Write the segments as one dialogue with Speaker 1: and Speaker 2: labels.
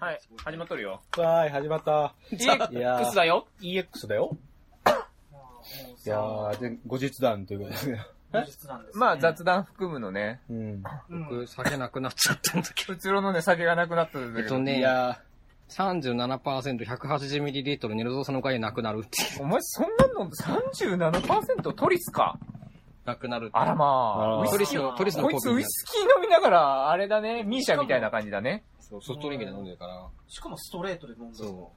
Speaker 1: はい、始まっとるよ。
Speaker 2: わーい、始まった。いや
Speaker 3: DX
Speaker 2: ー
Speaker 3: だよ。
Speaker 2: EX だよ。いやー、で、後日談ということですね。
Speaker 4: 技術なんです、ね。
Speaker 1: まあ、雑談含むのね、
Speaker 2: うん。
Speaker 4: うん。
Speaker 3: 僕、酒なくなっちゃったんだけ
Speaker 1: うつろのね、酒がなくなったんだ
Speaker 3: ど。え
Speaker 1: け
Speaker 3: っと
Speaker 1: ど、
Speaker 2: い
Speaker 3: ね、
Speaker 2: や
Speaker 3: 37%180ml 寝るぞその回なくなるっていう。
Speaker 1: お前そんなの37%トリスか
Speaker 3: なくなる。
Speaker 1: あらまあ
Speaker 2: あ
Speaker 1: ウ
Speaker 2: ー
Speaker 1: イ
Speaker 3: ト
Speaker 1: ス
Speaker 3: リ
Speaker 1: キ
Speaker 3: ス
Speaker 1: ー
Speaker 3: の、トリスの
Speaker 1: こいつウイスキー飲みながら、あれだね、ミーシャみたいな感じだね。
Speaker 3: そう、ソフトドリンクで飲んでるから。
Speaker 4: しかもストレートで飲んでる。
Speaker 3: そ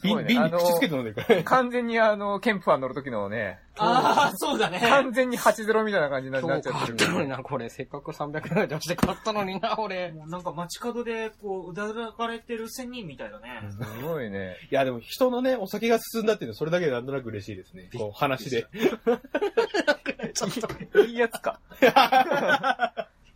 Speaker 1: すごいね
Speaker 2: 瓶、瓶
Speaker 1: あ
Speaker 2: に
Speaker 1: の
Speaker 2: 口つけて飲んでるから ね。
Speaker 1: 完全にあの、ケンプファン乗る時のね、
Speaker 4: ああ、そうだね。
Speaker 1: 完全に80みたいな感じに
Speaker 3: う。
Speaker 1: な
Speaker 3: 今
Speaker 1: っちゃ
Speaker 3: 日
Speaker 1: って
Speaker 3: 買
Speaker 1: る
Speaker 3: ったのにな、これ。せっかく300円出して買ったのにな、俺。
Speaker 4: もうなんか街角で、こう、うだうだかれてる仙人みたいだね。
Speaker 1: すごいね。
Speaker 2: いや、でも人のね、お酒が進んだっていうのはそれだけでなんとなく嬉しいですね。こう、話で。
Speaker 1: いいやつか。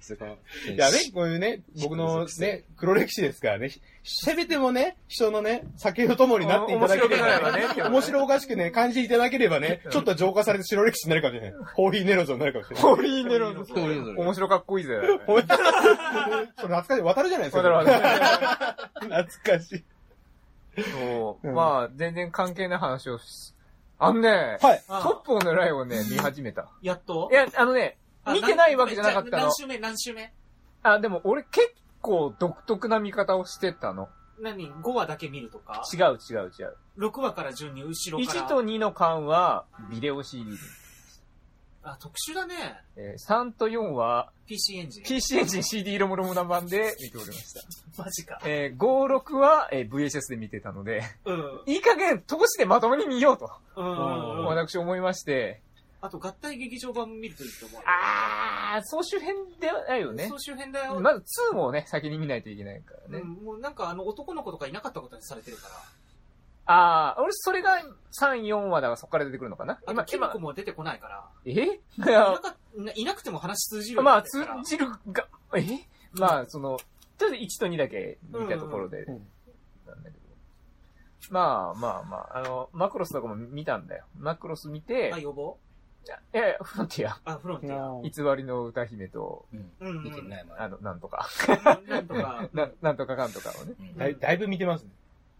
Speaker 3: すごい
Speaker 2: いやね、こういうね、僕のね、黒歴史ですからね、ひせめてもね、人のね、酒の友になっていただけれ
Speaker 1: 面白
Speaker 2: ば
Speaker 1: くなればね
Speaker 2: ね、面白おかしくね、感じていただければね、ちょっと浄化されて白歴史になるかもしれない。ホーリーネロゾになるかもしれない。
Speaker 1: ホリーネロ
Speaker 3: それぞれ。
Speaker 1: 面白かっこいいぜ。
Speaker 2: ほ んそれ懐かしい。渡るじゃないですか。
Speaker 1: 渡る渡
Speaker 2: る。懐かしい。
Speaker 1: そう。
Speaker 2: うん
Speaker 1: まあ、全然関係ない話をし、あのね、
Speaker 2: はい。
Speaker 1: ト
Speaker 4: あ
Speaker 1: ップオのライをね、 見始めた。
Speaker 4: やっと
Speaker 1: いや、あのね、
Speaker 4: あ
Speaker 1: 見てないわけじゃなかった
Speaker 4: じゃあ
Speaker 1: の
Speaker 4: 何。週目何週目
Speaker 1: あ、でも俺結構独特な見方をしてたの。
Speaker 4: 何 ?5 話だけ見るとか
Speaker 1: 違う違う違う。
Speaker 4: ?6 話から順に後ろから。
Speaker 1: 1と2の間はビデオ CD。
Speaker 4: あ、特殊だね。
Speaker 1: えー3と4は
Speaker 4: PC エンジン。
Speaker 1: PC エンジン CD ロムロムな版で見ておりました。
Speaker 4: マジか。
Speaker 1: えー5、6は、えー VHS で見てたので、
Speaker 4: うん。
Speaker 1: いい加減通しでまともに見ようと、
Speaker 4: うんうん。
Speaker 1: 私思いまして、
Speaker 4: あと、合体劇場版見るといいと思う。
Speaker 1: あー、総集編ではないよね
Speaker 4: 総。集編だよ。
Speaker 1: まず2もね、先に見ないといけないからね。
Speaker 4: うんもうなんかあの男の子とかいなかったことにされてるから。
Speaker 1: あー、俺それが3、4話だからそこから出てくるのかな
Speaker 4: あ
Speaker 1: 今
Speaker 4: と、、キノ
Speaker 1: 今
Speaker 4: コ、も出てこないから。
Speaker 1: え
Speaker 4: いなかいなくても話通じるように
Speaker 1: ま
Speaker 4: な
Speaker 1: あ、
Speaker 4: ってる
Speaker 1: 通
Speaker 4: から。
Speaker 1: じるが、えまあ、その、とりあえず1と2だけ見たところで、
Speaker 2: うんうん
Speaker 1: なんだけど。まあまあまあ、あの、マクロスとかも見たんだよ。マクロス見て、
Speaker 4: あ、予防
Speaker 1: いや、いやいや、フロンティア。
Speaker 4: あ、フロンティア。
Speaker 2: は
Speaker 1: 偽りの歌姫と、
Speaker 4: うん、うん。
Speaker 3: 見てないわ。
Speaker 1: あの、なんとか、
Speaker 4: なんとか。
Speaker 1: ななんとかかんとかをね。
Speaker 2: だいだいぶ見てますね。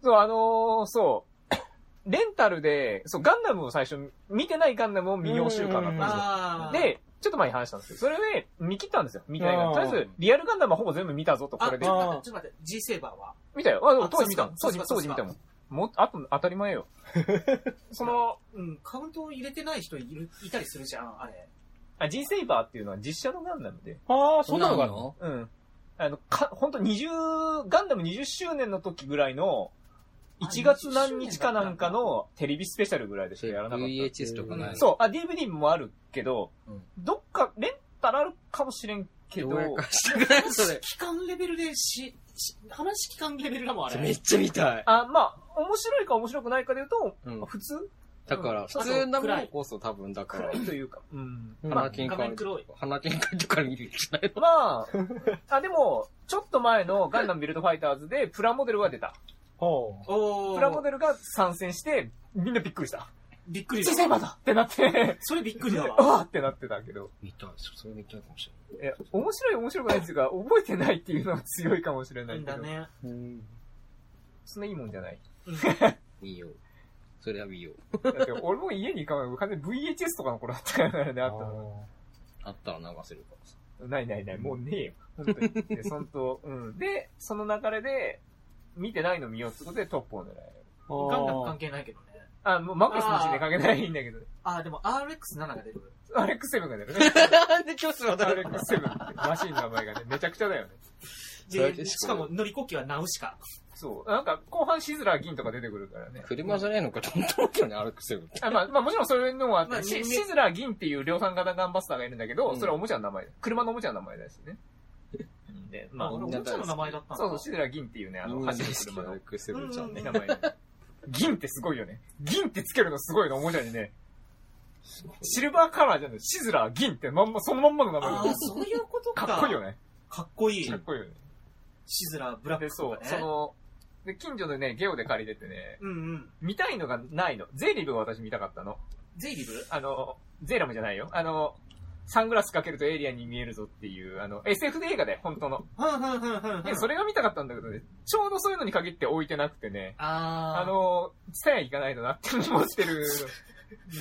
Speaker 1: そう、あのーそう、 レンタルで、そう、ガンダムを最初、見てないガンダムを見よう習慣だったんですよ。
Speaker 4: ああ。、
Speaker 1: で、ちょっと前に話したんですけど、それで見切ったんですよ。見たいが。
Speaker 2: あー
Speaker 1: とりあえず、リアルガンダムはほぼ全部見たぞと、こ
Speaker 4: あ、ちょ
Speaker 1: れ
Speaker 4: っ
Speaker 1: で
Speaker 4: と。待って、ちょっと待って、G セーバーは
Speaker 1: 見たよ。あ、でも
Speaker 4: あ
Speaker 1: 当時見たもん。
Speaker 4: そ
Speaker 1: 当
Speaker 4: う
Speaker 1: 時、
Speaker 4: っすか
Speaker 1: 当時見たもん。もう、あと、当たり前よ。 そ の、
Speaker 4: うん、カウントを入れてない人いる、いたりするじゃん、あれ。
Speaker 1: あ、G セイバーっていうのは実写のガンダムで、
Speaker 2: ああ、
Speaker 3: そ
Speaker 2: そ
Speaker 3: ん
Speaker 2: ん
Speaker 3: な
Speaker 2: な
Speaker 3: の
Speaker 2: のがあ
Speaker 3: があ
Speaker 2: る
Speaker 3: る
Speaker 2: の
Speaker 3: の
Speaker 1: うん。あの、か、ほんと20、ガンダム20周年の時ぐらいの、
Speaker 4: あ
Speaker 1: 1月何日かなんかのテレビスペシャルぐらいでしかやらなかっ
Speaker 3: VHS とかない
Speaker 1: た。。そう、あ、DVD もあるけど
Speaker 3: うん、
Speaker 1: どっか、レンタルあるかもしれんけど、
Speaker 3: どうやかしてくれそれ。
Speaker 4: 期間レベルでし、し話期間レベルだもん、あ
Speaker 3: め
Speaker 4: れ
Speaker 3: っ。ちゃ見たい。
Speaker 1: あ、まあ、面白いか面白くないかで言うと、
Speaker 3: うん
Speaker 1: 普通
Speaker 3: だから、普通なものこそ多分、だから
Speaker 1: 暗、いというか、うん。ま
Speaker 3: 花
Speaker 1: あ、
Speaker 3: 金
Speaker 4: 画
Speaker 3: 管
Speaker 4: 面、黒い。
Speaker 3: 花金管とか見るんじゃない
Speaker 1: まあ、あ、でも、ちょっと前のガンダムビルドファイターズでプラモデルが出た。
Speaker 2: ほ
Speaker 4: おー。
Speaker 1: プラモデルが参戦して、みんなびっくりした。
Speaker 4: びっくり
Speaker 1: 小さいまだってなって、
Speaker 4: それびっくりだ
Speaker 1: あ
Speaker 4: わ。
Speaker 1: わーってなってたけど。
Speaker 3: 見たい。それ見たいかもし
Speaker 1: え、面白い面白くないっていうか、覚えてないっていうのは強いかもしれ
Speaker 4: う
Speaker 1: ない
Speaker 4: ん
Speaker 1: け
Speaker 4: だ
Speaker 1: ど。
Speaker 4: ね。
Speaker 2: う。うん
Speaker 1: そんないいもんじゃない。
Speaker 3: れない。見よう。それは見よう。
Speaker 1: だって俺も家に行かない。完全に VHS とかの頃だったからね、あったの。
Speaker 3: あったら流せるからさ。
Speaker 1: ないないない、もうねえよ。本当に。で、そんと、うん。で、その流れで、見てないの見ようってことでトップを狙える。
Speaker 4: ガンダム
Speaker 2: あー
Speaker 4: 関係ないけどね。
Speaker 1: あ、もうマクロスの死にかけないんだけど、
Speaker 4: あー、でも RX7 が出てくる。
Speaker 1: アレックスセブンが出るね。
Speaker 3: なんで今日座
Speaker 1: アレックスセブンってマシンの名前がね、めちゃくちゃだよね。
Speaker 3: それ
Speaker 4: で、しかも乗りこきはナウシカ。
Speaker 1: そう。なんか、後半シズラー銀とか出てくるからね。
Speaker 3: 車じゃねえのかと思ったよね、歩くセブンって。
Speaker 1: あまあ、まあもちろんそれのはあって、
Speaker 4: まあ
Speaker 1: シ
Speaker 4: 人間
Speaker 1: シズラー銀っていう量産型ガンバスターがいるんだけど、
Speaker 3: うん
Speaker 1: それはおもちゃの名前だ。車のおもちゃの名前だしね。うんで、ま
Speaker 4: まあ、
Speaker 1: あ、
Speaker 4: 俺、
Speaker 3: み
Speaker 4: お
Speaker 3: んな
Speaker 4: もちゃの名前だったんだ。
Speaker 1: そうそう、シズラー銀っていうね、あの、走る車の
Speaker 3: 歩くセブンちゃんね。
Speaker 1: 名前だね。銀ってすごいよね。銀ってつけるのすごいの、おもちゃにね。シルバーカラーじゃない、シズラー銀ってまんま、そのまんまの名前
Speaker 4: あ
Speaker 1: だ
Speaker 4: あ、そういうことか。
Speaker 1: かっこいいよね。
Speaker 4: かっこいい
Speaker 1: か。っこいいよね。
Speaker 4: シズラ、ブラッ
Speaker 1: で、
Speaker 4: クと
Speaker 1: そ
Speaker 4: か
Speaker 1: う、
Speaker 4: ね。
Speaker 1: その、で、近所でね、ゲオで借りててね、
Speaker 4: うんうん。
Speaker 1: 見たいのがないの。ゼイリブが私見たかったの。
Speaker 4: ゼイリブ
Speaker 1: あの、ゼイラムじゃないよ。あの、サングラスかけるとエイリアンに見えるぞっていう、あの、SF 映画で、本当の。
Speaker 4: ふんふんふんふんふ
Speaker 1: で、
Speaker 4: ん。
Speaker 1: それが見たかったんだけどね、ちょうどそういうのに限って置いてなくてね、あ
Speaker 4: あー。
Speaker 1: の、ツタヤ行かないとなって思ってる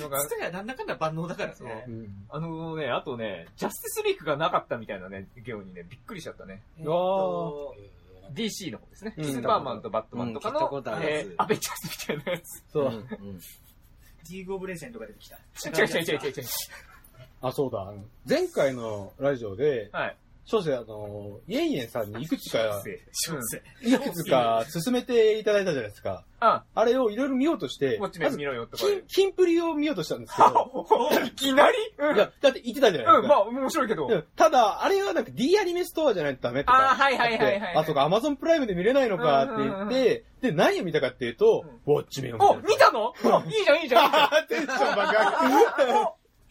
Speaker 1: の が
Speaker 4: つ、たやなんだかんだ万能だからね。
Speaker 2: うん
Speaker 1: あのね、あとね、ジャスティスリークがなかったみたいなね、ゲオにね、びっくりしちゃったね。
Speaker 4: えっと
Speaker 1: DC の方ですね。
Speaker 2: うん
Speaker 1: スーパーマンとバットマンとか
Speaker 3: うん聞いた
Speaker 1: の
Speaker 3: ことあ、るや
Speaker 1: え
Speaker 3: つ
Speaker 1: ーアベンジャーズみたいなや つ。
Speaker 2: そうう。
Speaker 3: ん
Speaker 4: リーグオブレジェンドが出てきた。
Speaker 1: 違う違う違う違う違う。
Speaker 2: あ、そうだ。あの前回のラジオで、
Speaker 1: はい。
Speaker 2: 少々あの、イェンイェンさんにいくつか、
Speaker 1: うん
Speaker 2: いくつか勧めていただいたじゃないですか。
Speaker 1: あ、
Speaker 2: あれをいろいろ見ようとして、
Speaker 1: ウォッ
Speaker 2: ま
Speaker 1: チメン
Speaker 2: ず
Speaker 1: 見、ろよとか。
Speaker 2: キン、キンプリを見ようとしたんですけ
Speaker 1: あ
Speaker 2: ど、
Speaker 1: ほほいきなりうん。
Speaker 2: いや、だって言ってたじゃない
Speaker 1: うん、
Speaker 2: です
Speaker 1: ま
Speaker 2: か。
Speaker 1: あ、面白いけど。
Speaker 2: うんただ、あれはなんか D アニメストアじゃないとダメとか。
Speaker 1: あーはいはいはいはい
Speaker 2: あとか、アマゾンプライムで見れないのかって
Speaker 1: う
Speaker 2: 言
Speaker 1: んうん
Speaker 2: っ
Speaker 1: うん
Speaker 2: て、で、何を見たかっていうと、ウォッチメンを
Speaker 1: お、
Speaker 2: 見たんで
Speaker 1: 見たのあいいじゃん、いいじゃんいいじゃん。
Speaker 2: す。テンション爆上がり。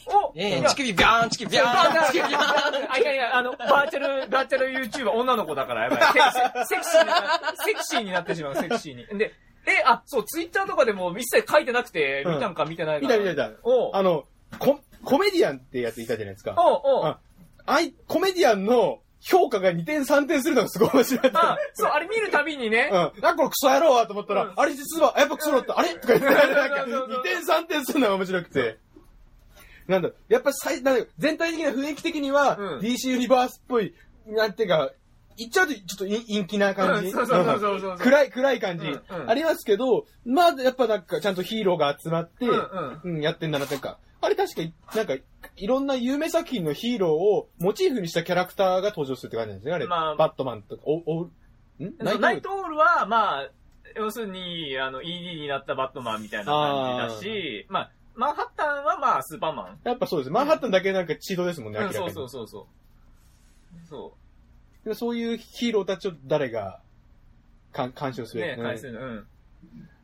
Speaker 1: お、お、
Speaker 3: え
Speaker 1: い
Speaker 3: え、
Speaker 1: や
Speaker 3: チキビビャーン、チキビビャ
Speaker 1: あ
Speaker 3: ーン、チキビビャーン。
Speaker 1: あ、いやいや、あの、バーチャル、バーチャル YouTuber 女の子だから、やばい。セセクシーにな、セクシーになってしまう、セクシーに。で、え、あ、そう、ツイッターとかでも一切書いてなくて、
Speaker 2: うん
Speaker 1: 見たんか見てないか。
Speaker 2: 見た見た見た
Speaker 1: おう
Speaker 2: あの、コ、コメディアンってやついたじゃないですか。
Speaker 1: おうおう
Speaker 2: ああい、コメディアンの評価が2点3点するのがすごい面白い。
Speaker 1: あ、そう、あれ見るたびにね
Speaker 2: うん。、あ、これクソ野郎はと思ったら、
Speaker 1: うん
Speaker 2: あれ実は、あやっぱクソだった、あれとか言って、なんか、
Speaker 1: そうそうそう
Speaker 2: 2点3点するのが面白くて。なんだ、やっぱ最、なんだ全体的な雰囲気的には、
Speaker 1: うん
Speaker 2: DC ユニバースっぽい、なんていうか、言っちゃうとちょっと陰陰気な感
Speaker 1: うん
Speaker 2: じ。
Speaker 1: そうそうそうそうそう
Speaker 2: うん暗い、暗い感じ、
Speaker 1: うんうん
Speaker 2: ありますけど、まあ、やっぱなんか、ちゃんとヒーローが集まって、
Speaker 1: うんうん
Speaker 2: うん、やってんだなっていうか、あれ確かい、なんか、いろんな有名作品のヒーローをモチーフにしたキャラクターが登場するって感じなんですね、あれ。
Speaker 1: まあ
Speaker 2: バットマンとか、お、お、んナイトウ
Speaker 1: ナ
Speaker 2: ー
Speaker 1: イ
Speaker 2: ル
Speaker 1: トオールは、まあ、要するに、あの、ED になったバットマンみたいな感じだし、まあ、マンハッタンはまあ、スーパーマン。
Speaker 2: やっぱそうです。マンハッタンだけなんかチートですもんね、明
Speaker 1: うん、
Speaker 2: らかに。
Speaker 1: そうそうそうそう。そ
Speaker 2: でそういうヒーローたちを誰が、かん、干渉す
Speaker 1: う。
Speaker 2: る、
Speaker 1: ね、
Speaker 2: うん
Speaker 1: 回数の、うん。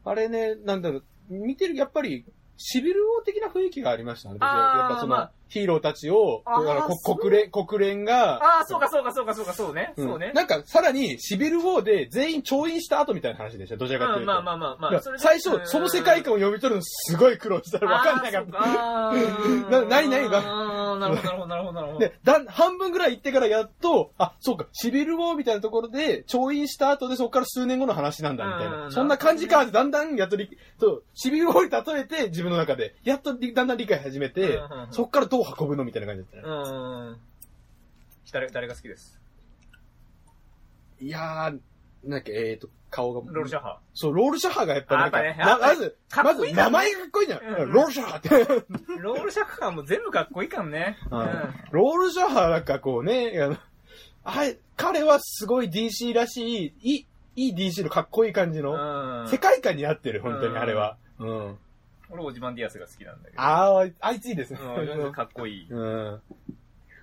Speaker 2: あれね、なんだろう、見てる、やっぱり、シビル王的な雰囲気がありましたね。僕
Speaker 1: あー
Speaker 2: はやっぱその、
Speaker 1: まあ
Speaker 2: ヒーローたちを、
Speaker 1: あー
Speaker 2: だからこ
Speaker 1: そう
Speaker 2: 国連、国連が、
Speaker 1: ああ、そうかそうかそうかそうか、そうね。
Speaker 2: ん
Speaker 1: そうね。
Speaker 2: なんか、さらに、シビル王で全員調印した後みたいな話でした。どちらかといううと。
Speaker 1: ん、まあまあまあま
Speaker 2: いや
Speaker 1: あ。それで
Speaker 2: 最初、その世界、観を読み取るのすごい苦労したら分かんなかった。
Speaker 1: た
Speaker 2: な何何が
Speaker 1: あーなるほど、なるほど、なるほど。
Speaker 2: で、だん、半分ぐらい行ってからやっと、あ、そうか、シビルウォーみたいなところで、調印した後でそこから数年後の話なんだ、みたい
Speaker 1: うん
Speaker 2: な。そんな感じか、だんだんやっとり、そう、シビルウォーに例えて、自分の中で、やっとりだんだん理解始めて
Speaker 1: うんうんう、ん
Speaker 2: そこからどう運ぶのみたいな感じだった
Speaker 1: う
Speaker 2: ね。
Speaker 1: ん。誰、誰が好きです
Speaker 2: いやー、なんだっけ、えーと、顔が。
Speaker 1: ロールシャッハ
Speaker 2: そう、ロールシャハがやっぱなんか、
Speaker 1: あやっぱね
Speaker 2: な
Speaker 1: やっぱ
Speaker 2: まず、
Speaker 1: かっ
Speaker 2: ま
Speaker 1: こい
Speaker 2: ず
Speaker 1: いから
Speaker 2: 名
Speaker 1: ね
Speaker 2: 前がかっこいいじゃん。
Speaker 1: うんうん
Speaker 2: ロールシャハって。
Speaker 1: ー。ロールシャッハーも全部かっこいいからね。う
Speaker 2: うん
Speaker 1: ん。
Speaker 2: ロールシャハーなんかこうね、あのあれ、彼はすごい DC らしい、いい、いい DC のかっこいい感じ
Speaker 1: う
Speaker 2: の、
Speaker 1: ん
Speaker 2: 世界観に合ってる、本当
Speaker 1: うん
Speaker 2: にあれは。うん。
Speaker 1: 俺、オジマンディアスが好きなんだけど。
Speaker 2: ああ、あいついいですね。
Speaker 1: うん、かっこいい。
Speaker 2: うん。ウ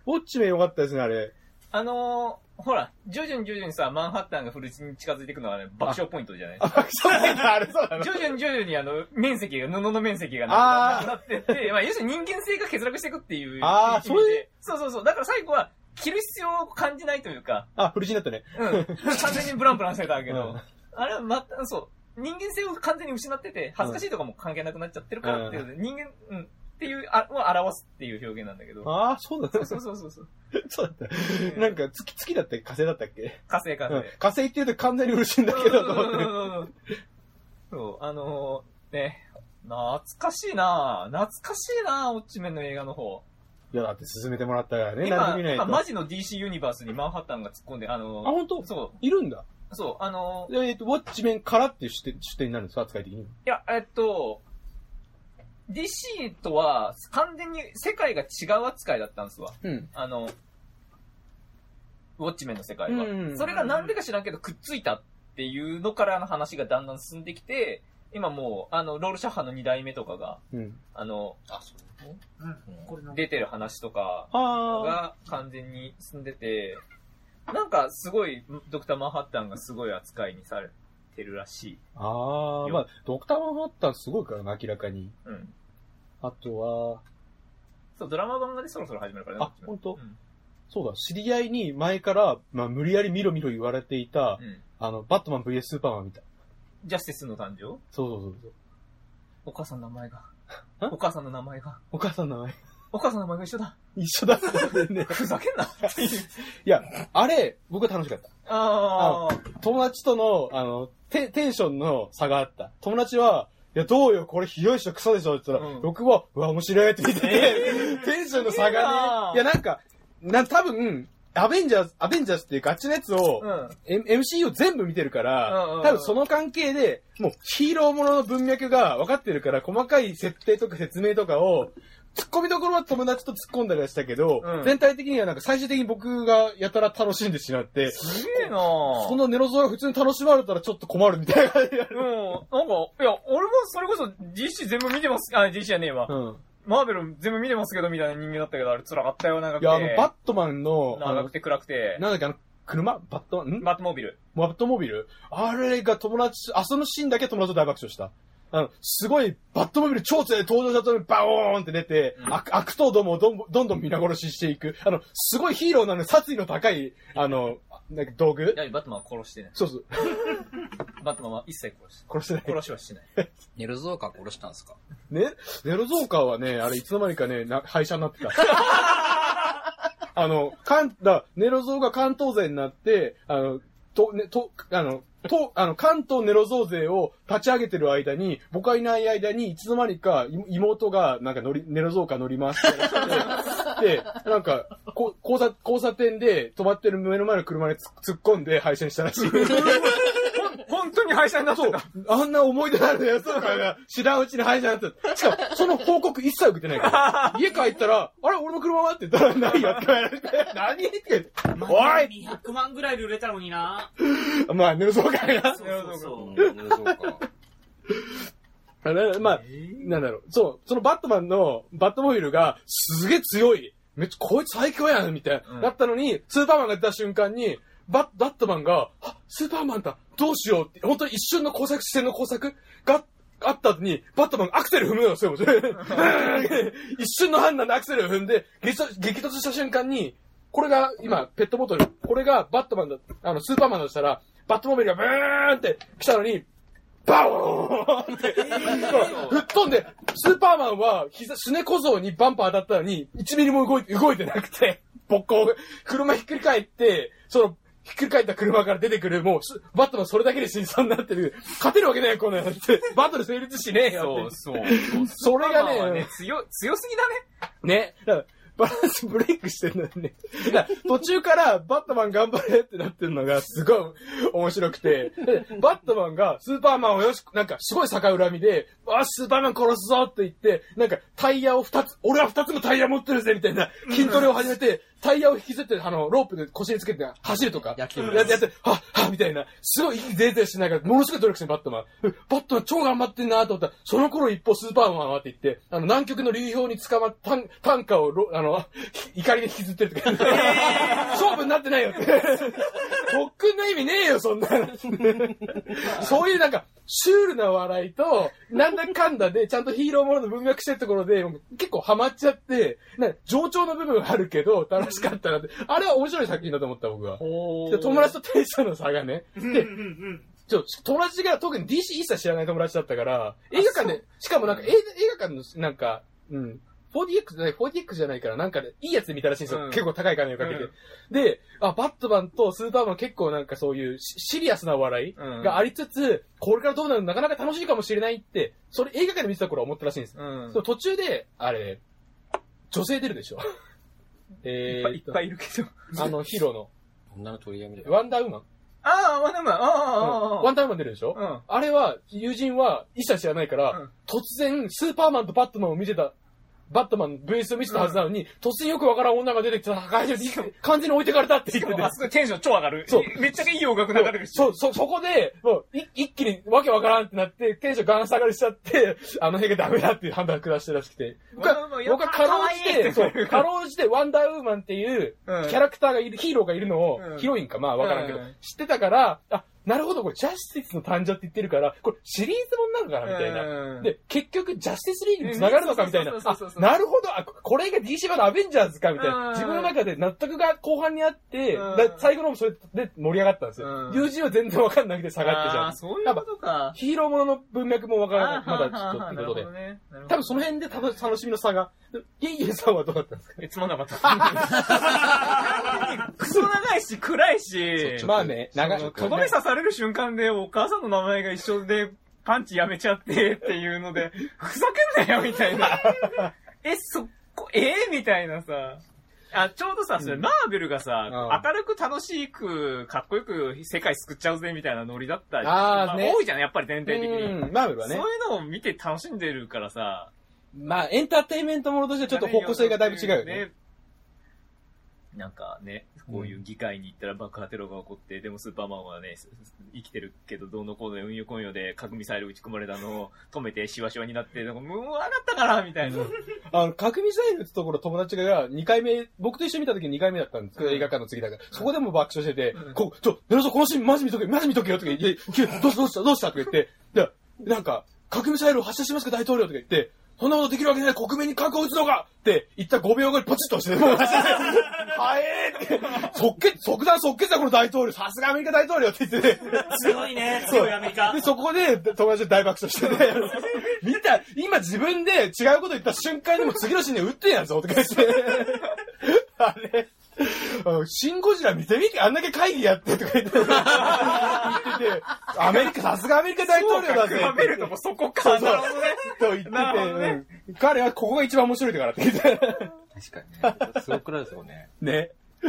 Speaker 2: ォッチメン良かったですね、あれ。
Speaker 1: あのー、ほら、徐々に徐々にさ、マンハッタンがフルチに近づいていくのは、ね、爆笑ポイントじゃない
Speaker 2: あ、そうなんだ、あれそうなの
Speaker 1: 徐々に徐々にあの、面積が、布の面積が
Speaker 2: あ
Speaker 1: な
Speaker 2: ー
Speaker 1: くなってって、まあ、要するに人間性が欠落していくっていう。
Speaker 2: あー
Speaker 1: 意味で
Speaker 2: そ
Speaker 1: そ
Speaker 2: うい
Speaker 1: うそうそう。だから最後は、着る必要を感じないというか、
Speaker 2: あ、古地になったね。
Speaker 1: うん。完全にブランブランしてたけ
Speaker 2: う
Speaker 1: ど
Speaker 2: ん、
Speaker 1: あれはまた、そう。人間性を完全に失ってて、恥ずかしいとかも関係なくなっちゃってるからっていうので、人間、うん。っていう、あ、を表すっていう表現なんだけど。
Speaker 2: ああ、そうだった
Speaker 1: そう。そうそうそうそう。
Speaker 2: そうだった。 なんか、月、月だって火星だったっけ
Speaker 1: 火星火
Speaker 2: うん
Speaker 1: 星。
Speaker 2: 火星って言うと完全に古地だけどと思って。
Speaker 1: そう、あのー、ね、懐かしいな懐かしいなウォッチメンの映画の方。
Speaker 2: いや、だって進めてもらったからね、何
Speaker 1: 今、
Speaker 2: も見ないと。
Speaker 1: 今
Speaker 2: あ
Speaker 1: マ、ジの DC ユニバースにマンハッタンが突っ込んで、あのー、
Speaker 2: 本当
Speaker 1: そ
Speaker 2: いるんだ。
Speaker 1: う、そう、あのー、い
Speaker 2: でえっと、ウォッチメンからっていう出出典になるんですか、扱い的に。
Speaker 1: や、えっと、DC とは完全に世界が違う扱いだったんですわ。
Speaker 2: うん。
Speaker 1: あの、ウォッチメンの世界は。
Speaker 2: うん
Speaker 1: それがなんでか知らんけど、くっついたっていうのからの話がだんだん進んできて、今もう、あの、ロールシャッハの2代目とかが、
Speaker 2: うん。
Speaker 1: あの、
Speaker 3: あ、そうね
Speaker 4: うんこれなんか
Speaker 1: 出てる話とか
Speaker 2: あ
Speaker 1: が完全に進んでて、なんかすごい、ドクター・マンハッタンがすごい扱いにされてるらしい。
Speaker 2: あ。ああ、まあ、ドクターマンハッタンすごいからな、明らかに。
Speaker 1: うん。
Speaker 2: あとは、
Speaker 1: そう、ドラマ版がね、そろそろ始まるからね。
Speaker 2: あ、本当、
Speaker 1: うん
Speaker 2: そうだ、知り合いに前から、まあ、無理やり見ろ見ろ言われていた、
Speaker 1: うん。
Speaker 2: あの、バットマン VS スーパーマンみたい。
Speaker 1: ジャスティスの誕生
Speaker 2: そうそうそうそう。
Speaker 1: お母さんの名前が。
Speaker 2: ん
Speaker 1: お母さんの名前が。
Speaker 2: お母さんの名前。
Speaker 1: お母さんの名前が一緒だ。
Speaker 2: 一緒だったん でね。
Speaker 1: ふざけんな っていう。
Speaker 2: いや、あれ、僕は楽しかった。
Speaker 1: ああ。
Speaker 2: 友達との、あの、テテンションの差があった。友達は、いや、どうよ、これひどいっしょ、クソでしょって言ったら、
Speaker 1: うん
Speaker 2: 僕は、うわ、面白いって見てて、 テンションの差がね、
Speaker 1: いいない
Speaker 2: や、なんか、な、多分、アベンジャーズ、アベンジャーズっていうガチのやつを、
Speaker 1: うん。
Speaker 2: M- MCU 全部見てるから、
Speaker 1: うんうんうん
Speaker 2: 多分その関係で、もうヒーローものの文脈が分かってるから、細かい設定とか説明とかを、突っ込みどころは友達と突っ込んだりはしたけど、
Speaker 1: うん
Speaker 2: 全体的にはなんか最終的に僕がやたら楽しんでしまって、
Speaker 1: すげえな
Speaker 2: そのネロゾが普通に楽しまれたらちょっと困るみたいな感じにな
Speaker 1: う
Speaker 2: る
Speaker 1: ん。なんか、いや、俺もそれこそ DC 全部見てます、あ、DC じゃねえわ。
Speaker 2: うん。
Speaker 1: マーベル全部見てますけど、みたいな人間だったけど、あれ辛かったよ、長く
Speaker 2: い
Speaker 1: て。
Speaker 2: や、あの、バットマンの、あ
Speaker 1: 長
Speaker 2: の
Speaker 1: く、て暗くて。
Speaker 2: なんだっけ、あの、車バットマンん
Speaker 1: バットモービル。
Speaker 2: バットモビルあれが友達、あそのシーンだけ友達と大爆笑した。あの、すごい、バットモビル超強い登場したとにバオーンって出て、
Speaker 1: うん
Speaker 2: 悪悪党どもをどんどんどんどん皆殺ししていく。あの、すごいヒーローなのに殺意の高い、あの、なんか道具
Speaker 1: いや、バットマンは殺してない。
Speaker 2: そうそう。
Speaker 1: バットマンは一切殺して
Speaker 2: 殺してない
Speaker 1: ない。。殺しはしてない。
Speaker 3: ネルゾーカー殺したんですか
Speaker 2: ね、ネロゾーカーはね、あれいつの間にかね、な廃車になってた。あの、関、だ、ネロゾーが関東勢になって、あの、と、ね、と、あの、と、あの、関東ネロゾー勢を立ち上げてる間に、僕がいない間に、いつの間にか、い妹が、なんか乗り、ネロゾーカー乗りますって言われて。で、なんか、こ交差、交差点で止まってる目の前の車に突っ突っ込んで配車にしたらしい。
Speaker 1: 本当に廃車になって
Speaker 2: そう
Speaker 1: た。、
Speaker 2: あんな思い出のあるやつとかが知らんうちに廃車になってた。しかも、その報告一切受けてない から。家帰ったら、あれ、俺の車はって言ったら、ないやって言われて、 何って言って、おい
Speaker 4: !200 万ぐらいで売れたのにな。
Speaker 2: まあ、寝るぞかいな。
Speaker 4: そうそうそう。
Speaker 3: ネルゾーカー。
Speaker 2: あれまあ、なんだろう。そう、そのバットマンのバットモビルがすげえ強い。めっちゃ、こいつ最強やんみたいな。
Speaker 1: うん
Speaker 2: だったのに、スーパーマンが出た瞬間に、バッ、バットマンが、あ、スーパーマンだどうしようって、本当に一瞬の工作、視線の工作が、あった後に、バットマンがアクセル踏むのよ、それも。 一瞬の判断でアクセルを踏んで、激突激突した瞬間に、これが今、ペットボトル、これがバットマンだ、あの、スーパーマンだとしたら、バットモビルがブーンって来たのに、バオーンって、 吹っ飛んで、スーパーマンは膝、すね小僧にバンパー当たったのに、1ミリも動いて、動いてなくて、ボッコー車ひっくり返って、その、ひっくり返った車から出てくる、もうす、バットマンそれだけで死にそうになってる。勝てるわけないよ、こんなのって。バトル成立しねえよ
Speaker 1: そ
Speaker 2: っ
Speaker 1: う
Speaker 2: て。
Speaker 1: そう。
Speaker 2: それがね
Speaker 1: バットマンは強、強すぎだね。
Speaker 2: ね。だからバランスブレイクしてるのにね。だから途中からバットマン頑張れってなってるのがすごい面白くて。でバットマンがスーパーマンをよし、なんかすごい逆恨みで、わあ、スーパーマン殺すぞって言って、なんかタイヤを二つ、俺は二つのタイヤ持ってるぜみたいな筋トレを始めて、タイヤを引きずって、あの、ロープで腰につけて走るとか。
Speaker 3: 野球
Speaker 2: やってやって、はっはっみたいな。すごい息全然しながら、ものすごい努力してるバットマン。バットマン超頑張ってんなと思ったら、その頃一方スーパーマンはって言って、あの、南極の流氷に捕まって、単単価をロ、あの、 ひ怒りで引きずってるとか、 勝負になってないよって。特訓の意味ねえよ、そんなの。そういうなんか、シュールな笑いと、なんだかんだで、ちゃんとヒーローものの文脈してるところで、結構ハマっちゃって、なんか冗長の部分はあるけど、楽しかったなって。あれは面白い作品だと思った、僕は。で友達とテンションの差がね。
Speaker 4: うんうん
Speaker 2: で、
Speaker 4: うん。
Speaker 2: ちょ友達が特に DC 一切知らない友達だったから、映画館で、しかもなんか映映画館の、なんか、うん。4DX じゃない、4DX じゃないから、なんかで、いいやつで見たらしいんですよ。
Speaker 1: うん
Speaker 2: 結構高い金をかけて、
Speaker 1: うん
Speaker 2: で、あ、バットマンとスーパーマン結構なんかそういうシシリアスな笑い
Speaker 1: うん
Speaker 2: がありつつ、これからどうなるのなかなか楽しいかもしれないって、それ映画館で見てた頃は思ったらしいんです。
Speaker 1: うん
Speaker 2: その。途中で、あれ、女性出るでしょ。え
Speaker 1: いっ
Speaker 2: ー
Speaker 1: ぱいいっぱいいるけど。
Speaker 2: あの、ヒーローの、
Speaker 3: 女の取り合いみたいな。
Speaker 2: ワンダーウーマン。
Speaker 1: ああ、ワンダーマン。ああ、
Speaker 2: ワンタイムマン出るでしょ、
Speaker 1: ああ。うん。
Speaker 2: あれは、友人は一切知らないから、
Speaker 1: うん
Speaker 2: 突然、スーパーマンとバットマンを見てた、バットマンの VS を見てたはずなのに、突然よくわからん女が出てきた会場に完全に置いてかれたって言ってて
Speaker 1: あ。そこでテンション超上がる。
Speaker 2: そう
Speaker 1: めっちゃいい音楽流れるし。
Speaker 2: そう、そ、そこで、もう、い一気にわけわからんってなって、テンションガン下がりしちゃって、あの映画ダメだっていう判断下してるらしくて。僕
Speaker 1: わあ
Speaker 2: は
Speaker 1: もう、よ
Speaker 2: 僕
Speaker 1: か
Speaker 2: は
Speaker 1: った
Speaker 2: かろ
Speaker 1: かわい
Speaker 2: うじ
Speaker 1: いって
Speaker 2: て、そう、かろうじてワンダーウーマンっていう、
Speaker 1: うん
Speaker 2: キャラクターがいる、ヒーローがいるのを、
Speaker 1: うん
Speaker 2: ヒロインか、まあわからんけど、
Speaker 1: うん
Speaker 2: 知ってたから、あ、なるほど、これジャスティスの誕生って言ってるから、これシリーズもんなのかなみたいな。
Speaker 1: な
Speaker 2: で、結局、ジャスティスリーグに繋がるのかみたいな。
Speaker 1: うんそう
Speaker 2: あ
Speaker 1: そうそうそう、そう
Speaker 2: なるほど、あ、これが DC 版のアベンジャーズかみたい
Speaker 1: うん
Speaker 2: な。自分の中で納得が後半にあって、
Speaker 1: うん
Speaker 2: だ最後の方もそれで盛り上がったんです
Speaker 1: う
Speaker 2: よ
Speaker 1: ん。
Speaker 2: 友人は全然わかんなくて下がってちゃ
Speaker 1: あー。
Speaker 2: う
Speaker 1: そういうことか。
Speaker 2: ヒーローものの文脈もわからない。まだちょっと
Speaker 1: あ
Speaker 2: っ
Speaker 1: ー
Speaker 2: てことで。
Speaker 1: ね、なるほど
Speaker 2: 多分その辺で楽楽しみの差が。ゲンゲンさんはどうだったんですか
Speaker 1: えつまんなかった。クソ長いし、暗いし、
Speaker 2: まあね、長い。
Speaker 1: とどめ刺される瞬間でお母さんの名前が一緒で、パンチやめちゃってっていうので、ふざけんなよみたいな。え、そこ、えーみたいなさ。あ、ちょうどさ、それ、マーベルがさ、
Speaker 2: う
Speaker 1: 明るく楽しく、かっこよく世界救っちゃうぜみたいなノリだったり、
Speaker 2: あー
Speaker 1: ま
Speaker 2: ね
Speaker 1: 多いじゃん、やっぱり全体的に。
Speaker 2: うん、マーベルは
Speaker 1: そうい
Speaker 2: ね
Speaker 1: う。のを見て楽しんでるからさ、
Speaker 2: まあ、エンターテインメントものとしてはちょっと方向性がだいぶ違うよね。。
Speaker 1: なんかね、こういう議会に行ったら爆破テロが起こって、でもスーパーマンはね、生きてるけど、どうのこうので、運輸混用で核ミサイル撃ち込まれたのを止めて、シワシワになって、なんか、もう上がったからみたいな。
Speaker 2: あの、核ミサイルってところ友達が2回目、僕と一緒に見た時に2回目だったんですけど、
Speaker 1: うん
Speaker 2: 映画館の次だから。そこでも爆笑してて
Speaker 1: うん、
Speaker 2: こう、ちょ、皆さんこのシーンマジ見とけよ、マジ見とけよとか言って、いやどうしたどうしたどうしたとか言って、で、なんか、核ミサイルを発射しますか大統領とか言って、そんなことできるわけない国民に核を撃つのかって言った5秒後にポチッと押し て、もう走って、はえーって、即決、即断即決だこの大統領、さすがアメリカ大統領って言ってて、
Speaker 4: すごいね、強いアメリカ
Speaker 2: で、。そこで友達で大爆笑してて、 見た、今自分で違うこと言った瞬間にもう次のシーンで打ってんやんぞ、とか 言って。あれ、うんシンゴジラ見てみて、あんだけ会議やってとか言って言ってて、アメリカ、さすがアメリカ大統領だぜ。
Speaker 1: そうか比べるともうそこ
Speaker 2: そ
Speaker 1: か。
Speaker 2: うそう
Speaker 1: なるほどね。
Speaker 2: と言ってて、
Speaker 1: なるほどね
Speaker 2: うん彼はここが一番面白いだからって言って。
Speaker 3: 確かにね。すごくないですよね。
Speaker 2: ね。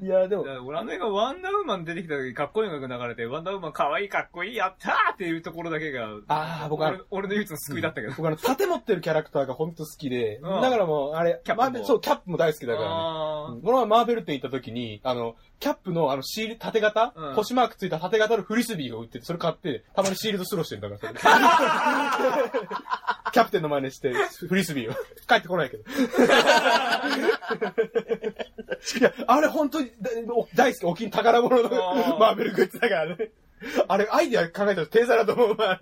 Speaker 2: いや、でも
Speaker 1: だか、ら俺あの映画ワンダーウーマン出てきた時かっこいい音楽流れて、ワンダーウーマンかわいいかっこいいやったーっていうところだけが、
Speaker 2: あー僕は
Speaker 1: 俺俺の唯一の救いだったけど。
Speaker 2: 僕あの、盾持ってるキャラクターがほんと好きで、
Speaker 1: うん
Speaker 2: だからもう、あれ、
Speaker 1: キャップも
Speaker 2: マーベルそう、キャップも大好きだからね。
Speaker 1: あ
Speaker 2: う
Speaker 1: ー
Speaker 2: んこの前マーベル店行った時に、あの、キャップのあのシール、縦型、
Speaker 1: うん
Speaker 2: 星マークついた縦型のフリスビーが売ってて、それ買って、たまにシールドスローしてん だから、それキャプテンの真似して、フリスビーを。帰ってこないけど。いや、あれ本当にだお大好き、お気に宝物の
Speaker 1: あー
Speaker 2: マーベルグッズだからね。あれ、アイデア考えたら天才だと思う、お前。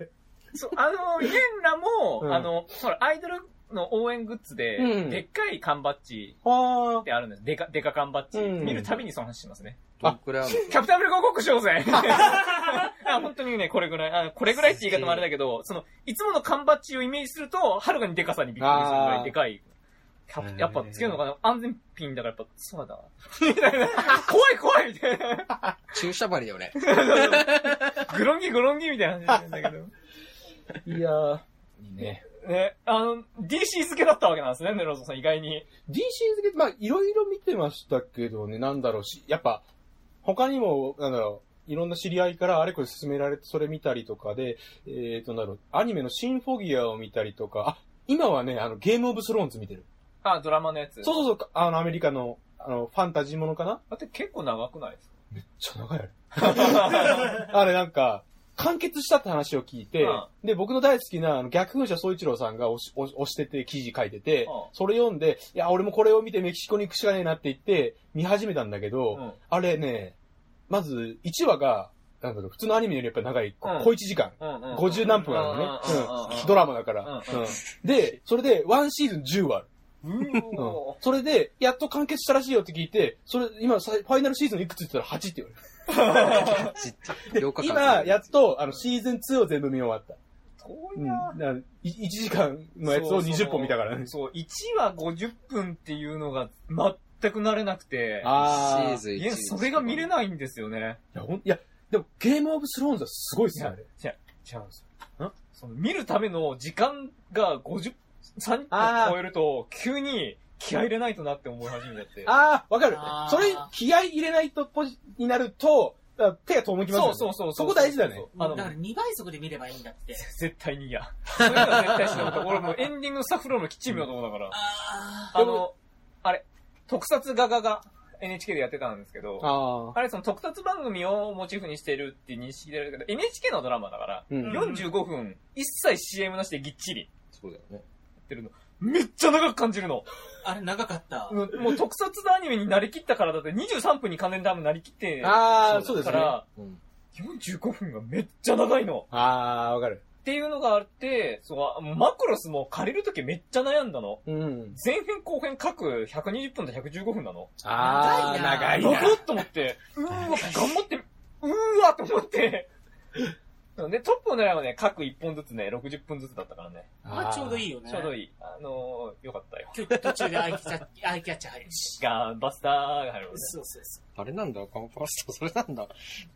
Speaker 1: そう、あの、イェンラも、
Speaker 2: うん
Speaker 1: あの、ほら、アイドルの応援グッズで、
Speaker 2: うん
Speaker 1: でっかい缶バッジ
Speaker 2: あ
Speaker 1: ってあるんです。でか、でか缶バッジ。
Speaker 2: うん
Speaker 1: 見るたびにその話しますね。
Speaker 3: どんくらいある
Speaker 1: キャプテンアメリカごっこしよう ぜあ本当にね、これぐらい。あこれぐらいって言い方もあれだけど、その、いつもの缶バッジをイメージすると、はるかにでかさにびっくりするぐらいでかい。キャプテンやっぱつけるのかな安全ピンだからやっぱ、そう だ。みたいな。怖い怖いみたいな。
Speaker 3: 注射針よね。
Speaker 1: グロンギグロンギみたいな話なんだけど。
Speaker 2: あ。いやー。いい ね。
Speaker 1: ね、あの、DC 付けだったわけなんですね、ネロゾさん、意外に。
Speaker 2: DC 付け、まあ、いろいろ見てましたけどね、なんだろうし、やっぱ、他にも、なんだろう、いろんな知り合いからあれこれ勧められて、それ見たりとかで、えーと、なんだろう、アニメのシンフォギアを見たりとか、あ、今はね、あの、ゲームオブスローンズ見てる。
Speaker 1: あ、ドラマのやつ。
Speaker 2: そうそうそう、あの、アメリカの、あの、ファンタジーものかな
Speaker 1: だって結構長くないですか
Speaker 2: ちょ、長いあれ。 あれなんか、完結したって話を聞いて、
Speaker 1: う
Speaker 2: で、僕の大好きな、あの、逆風車総一郎さんが押し押し押してて、記事書いてて、
Speaker 1: うん
Speaker 2: それ読んで、いや、俺もこれを見てメキシコに行くしかねえなって言って、見始めたんだけど、
Speaker 1: うん
Speaker 2: あれね、まず、1話が、なんだろう、普通のアニメよりやっぱ長い、こ
Speaker 1: うん
Speaker 2: 小1時間。
Speaker 1: うんうん
Speaker 2: 50何分なのね。うんドラマだから、
Speaker 1: うん
Speaker 2: うんで、それで、1シーズン10話ある。
Speaker 1: うん
Speaker 2: うん
Speaker 1: お
Speaker 2: それで、やっと完結したらしいよって聞いて、それ、今、さファイナルシーズンいくつって言ったら8って言われる。
Speaker 3: ちっ
Speaker 2: で
Speaker 3: 8日間
Speaker 2: 今、やっと、あの、シーズン2を全部見終わった。
Speaker 1: ー
Speaker 2: う
Speaker 1: 遠
Speaker 2: ん
Speaker 1: いな。
Speaker 2: だからい1時間のやつを20本見たからね。
Speaker 1: そう、1話50分っていうのが全く慣れなくて、
Speaker 3: シ
Speaker 2: あ
Speaker 3: ー
Speaker 2: あ。
Speaker 3: ズン
Speaker 1: いや、それが見れ
Speaker 3: ない。
Speaker 1: ないんですよね。
Speaker 2: いや、ほん、いや、でも、ゲームオブスローンズはすごいっすよ、あれ。
Speaker 1: 違う、違うんですよ
Speaker 2: ん。
Speaker 1: その見るための時間が50、3
Speaker 2: あ
Speaker 1: 分
Speaker 2: ー
Speaker 1: 超えると、急に気合い入れないとなって思い始めちゃって。
Speaker 2: ああ、わかる
Speaker 4: あ。ー
Speaker 2: それ、気合い入れないとポジ、になると、だから手が遠のきますよ
Speaker 1: そ
Speaker 2: ね。
Speaker 1: うそうそう。
Speaker 2: そこ大事だね。
Speaker 1: あ
Speaker 4: だ
Speaker 1: の
Speaker 4: か、ら2倍速で見ればいいんだって。
Speaker 1: 絶対に嫌。そういうのは絶対しなかった。俺も うエンディングのスタッフローのキッチンのとこだから。
Speaker 4: あ
Speaker 1: あの、あれ、特撮画家が NHK でやってたんですけど、あ
Speaker 2: ああ。
Speaker 1: れその特撮番組をモチーフにしてるって認識であるけど、NHK のドラマだから、
Speaker 2: うん。
Speaker 4: よ
Speaker 1: 45分、一切 CM なしでぎっちりや
Speaker 3: そうだよね。
Speaker 1: ってるの。めっちゃ長く感じるの。
Speaker 4: あ、あれ長かった。
Speaker 1: もう特撮のアニメになりきったからだって23分に完全ダムなりきって
Speaker 2: ああ、そうで
Speaker 1: だ
Speaker 2: す
Speaker 1: か
Speaker 2: ね。
Speaker 1: ら、
Speaker 3: うん。
Speaker 1: 45分がめっちゃ長いの。
Speaker 2: あー、わかる。
Speaker 1: っていうのがあって、そう、マクロスも借りるときめっちゃ悩んだの。
Speaker 2: うん。
Speaker 1: 前編後編各120分と115分なの。
Speaker 2: あー、
Speaker 4: 長
Speaker 2: 長
Speaker 4: い
Speaker 2: い
Speaker 1: 長
Speaker 2: な。
Speaker 1: っと思って、うーわ、頑張って、うーわと思って。で、トップの狙いはね、各1本ずつね、60分ずつだったからね。
Speaker 4: まあちょうどいい
Speaker 2: い。
Speaker 4: よね。
Speaker 1: ちょうど
Speaker 4: い。
Speaker 1: いい。あのー、よかったよ。
Speaker 4: 今日途中でアイキャッチ、アイキャッチ入るし。
Speaker 1: が、バスターが入るのね。
Speaker 4: そうそうそ
Speaker 3: あれなんだ、カンパスタ、それなんだ。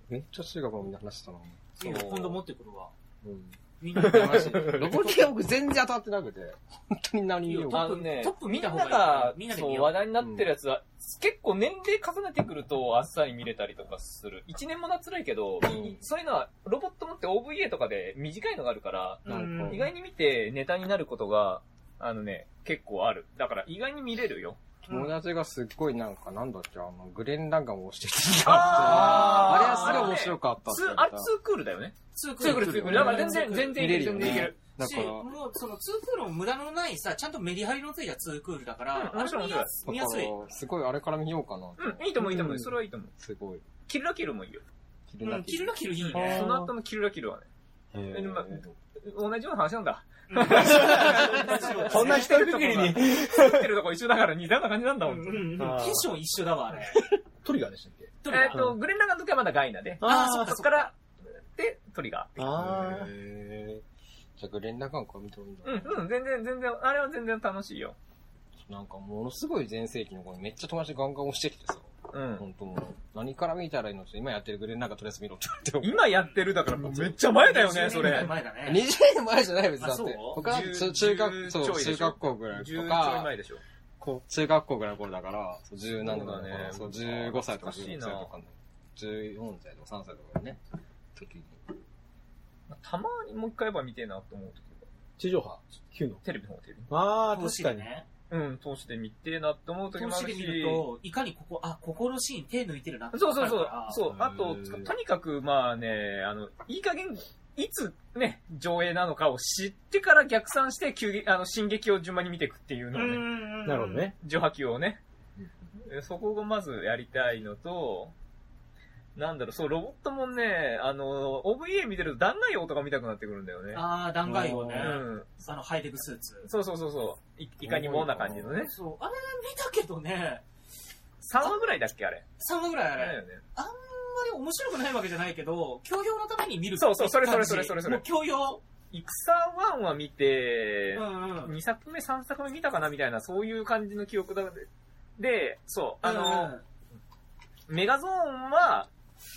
Speaker 3: めっちゃ中学のみんな話したな。
Speaker 4: う。いいよ
Speaker 1: そう
Speaker 4: 今度持ってくるわ。
Speaker 3: うん。
Speaker 4: みんなで話して る。
Speaker 3: ロボティア僕全然当たってなくて。本当に何
Speaker 4: いい
Speaker 3: よ
Speaker 4: よ。
Speaker 1: あのね、
Speaker 4: トップ
Speaker 1: み
Speaker 4: 見
Speaker 1: ん
Speaker 4: た
Speaker 1: な
Speaker 4: 方がいい
Speaker 1: が、
Speaker 4: みんなで見
Speaker 1: そ
Speaker 4: よう
Speaker 1: う、話題になってるやつは、結構年齢重ねてくると、あっさり見れたりとかする。1年もなつらいけど、
Speaker 3: うん
Speaker 1: そういうのは、ロボットもって OVA とかで短いのがあるから、
Speaker 4: う
Speaker 3: うん
Speaker 1: 意
Speaker 4: ん。
Speaker 1: 外に見てネタになることが、あのね、結構ある。だから意外に見れるよ。
Speaker 3: 友達がすっごいなんか、なんだっけ、あの、グレン・ランガムを押してきた。
Speaker 1: あ
Speaker 3: あ
Speaker 1: ー
Speaker 3: れはすごい面白かったって
Speaker 1: ツ
Speaker 3: 言
Speaker 1: ー
Speaker 3: っ、た
Speaker 1: あれ、ツークールだよね。
Speaker 4: ツーク
Speaker 1: ツークール、ツークール。だから全然、全然いける、
Speaker 3: 見れるよ
Speaker 1: 全
Speaker 3: ね
Speaker 1: 然いける。
Speaker 3: だ
Speaker 4: し、
Speaker 3: から、
Speaker 4: もうそのツークールも無駄のないさ、ちゃんとメリハリのついたツークールだから、
Speaker 1: うん面白い
Speaker 4: あれ見やす見やすい。
Speaker 3: だからすごいあれから見ようかな。
Speaker 1: うん、いいと思う、いいと思う。
Speaker 2: うん
Speaker 1: それはいいと思う。
Speaker 3: すごい。
Speaker 1: キルラキルもいいよ。
Speaker 3: キル
Speaker 4: うん、
Speaker 3: ナ
Speaker 4: キ
Speaker 3: キ
Speaker 4: ル
Speaker 3: ル。
Speaker 4: ラキルいい
Speaker 3: あ
Speaker 4: ね。
Speaker 3: ー
Speaker 1: その後のキルラキルはね、
Speaker 3: へー
Speaker 1: でま同じような話なんだ。
Speaker 2: そんな一人くくりに。
Speaker 1: 作ってるとこ一緒だから似たような感じなんだも
Speaker 4: うん
Speaker 1: ん。
Speaker 4: うんうん。テ
Speaker 2: あー
Speaker 4: ンション一緒だわ、あれ。
Speaker 2: トリガーでしたっけ
Speaker 4: どれ
Speaker 1: え
Speaker 4: だ
Speaker 1: っ、と、グレンラガンの時はまだガイナで、
Speaker 4: あーそっ
Speaker 1: そ
Speaker 4: か
Speaker 1: こから、で、トリガ
Speaker 2: あー。
Speaker 3: へーじゃあ、グレン・ランガムから見てもいいんだ
Speaker 1: ー。うん、うん、全然、全然、あれは全然楽しいよ。
Speaker 3: なんか、ものすごい全盛期の子にめっちゃ友達ガンガン押してきてさ。
Speaker 1: うん。
Speaker 3: 本当もう、何から見たらいいのって今やってるグレンなんかとりあえず見ろって言われて。
Speaker 1: 今やってるだからめっちゃ前だよね、そ
Speaker 4: 20
Speaker 1: れ
Speaker 4: 年。前だ ね。
Speaker 3: 20年前じゃない別にだっ
Speaker 4: あそう
Speaker 3: て。僕は
Speaker 1: 10
Speaker 3: 中中学、
Speaker 1: 10
Speaker 3: そう、
Speaker 1: ちょいでしょ
Speaker 3: 中学校ぐらい
Speaker 1: 10
Speaker 3: と
Speaker 1: ちょい
Speaker 3: か、
Speaker 1: 前でしょ。
Speaker 3: こう中学校ぐらいの頃だから、そう10何年
Speaker 1: そうだ
Speaker 3: だ
Speaker 1: ね
Speaker 3: ね。そう、15歳と
Speaker 1: 懐
Speaker 3: か
Speaker 1: かしい
Speaker 3: 16
Speaker 1: な
Speaker 3: 歳とかの、14歳とか3歳とかね、時に。
Speaker 1: たまにもう一回ば見てえなと思う時は
Speaker 2: 地上波 ?9 の。
Speaker 1: テレビの方、テレビ。
Speaker 2: あー、
Speaker 4: 投資
Speaker 2: 確
Speaker 4: で
Speaker 2: かに。
Speaker 4: ね。
Speaker 1: うん、通して見てえなって思う時
Speaker 4: 投
Speaker 1: もあ
Speaker 4: 資
Speaker 1: る
Speaker 4: で見
Speaker 1: し。
Speaker 4: ると、いかにここ、あ、ここのシーン手抜いてるなって
Speaker 1: そうそうそ
Speaker 4: わ
Speaker 1: う
Speaker 4: かるから。
Speaker 1: そう。あ
Speaker 3: う
Speaker 1: と、
Speaker 3: ん
Speaker 1: とにかく、まあね、あの、いい加減、いつね、上映なのかを知ってから逆算して、急激、あの、進撃を順番に見ていくっていうの
Speaker 4: う
Speaker 1: を
Speaker 4: んう
Speaker 1: ね、
Speaker 4: んうん。
Speaker 2: なるほど。ね。
Speaker 1: 上波球をね、えそこをまずやりたいのと、なんだろう、そう、ロボットもね、あの、OVA 見てると弾丸用とか見たくなってくるんだよね。
Speaker 4: あー、断崖を
Speaker 1: う
Speaker 4: ね。
Speaker 1: ん。
Speaker 4: あの、ハイテクスーツ。
Speaker 1: そうそうそうそう。いいかにもな感じのね。
Speaker 4: そう、あれ見たけどね、
Speaker 1: 3話ぐらいだっけ、あれ。
Speaker 4: 3話ぐらいあ
Speaker 1: だ
Speaker 4: れ、あん
Speaker 1: よ
Speaker 4: ま
Speaker 1: ね。
Speaker 4: り面白くないわけじゃないけど、教養のために見る
Speaker 1: そうそうそれ
Speaker 4: 感じ
Speaker 1: それそれそれそれ
Speaker 4: もう教養。
Speaker 1: 戦1は見て、
Speaker 4: うんうん。
Speaker 1: 2作目、3作目見たかなみたいな、そういう感じの記憶だで、で、そう、あの、
Speaker 4: うん
Speaker 1: メガゾーンは、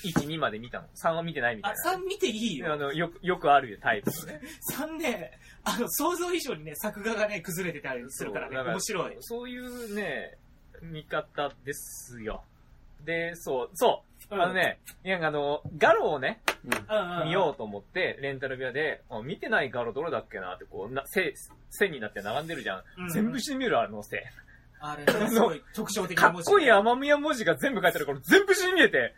Speaker 1: 1、2まで見たの。3は見てないみた
Speaker 4: あ
Speaker 1: い、な。
Speaker 4: 3見ていいよ。
Speaker 1: あの、よく、よくあるタイプのね。
Speaker 4: 3ね、あの、想像以上にね、作画がね、崩れてたり するから
Speaker 1: そ
Speaker 4: ね、
Speaker 1: うだから
Speaker 4: 面白い。
Speaker 1: そういうね、見方ですよ。で、そう、そう、あのね、いや、あの、ガロをね、
Speaker 4: うんうんうん、
Speaker 1: 見ようと思って、レンタル部屋で、あ見てないガロどれだっけなって、こう、な、せ、線になって並んでるじゃん。
Speaker 4: うん
Speaker 1: 全部死に見る、あの線。
Speaker 4: あれ、ね、すごい特徴的
Speaker 1: か
Speaker 4: な
Speaker 1: っ
Speaker 4: 文字。
Speaker 1: こいい雨宮文字が全部書いてあるから全部死に見えて、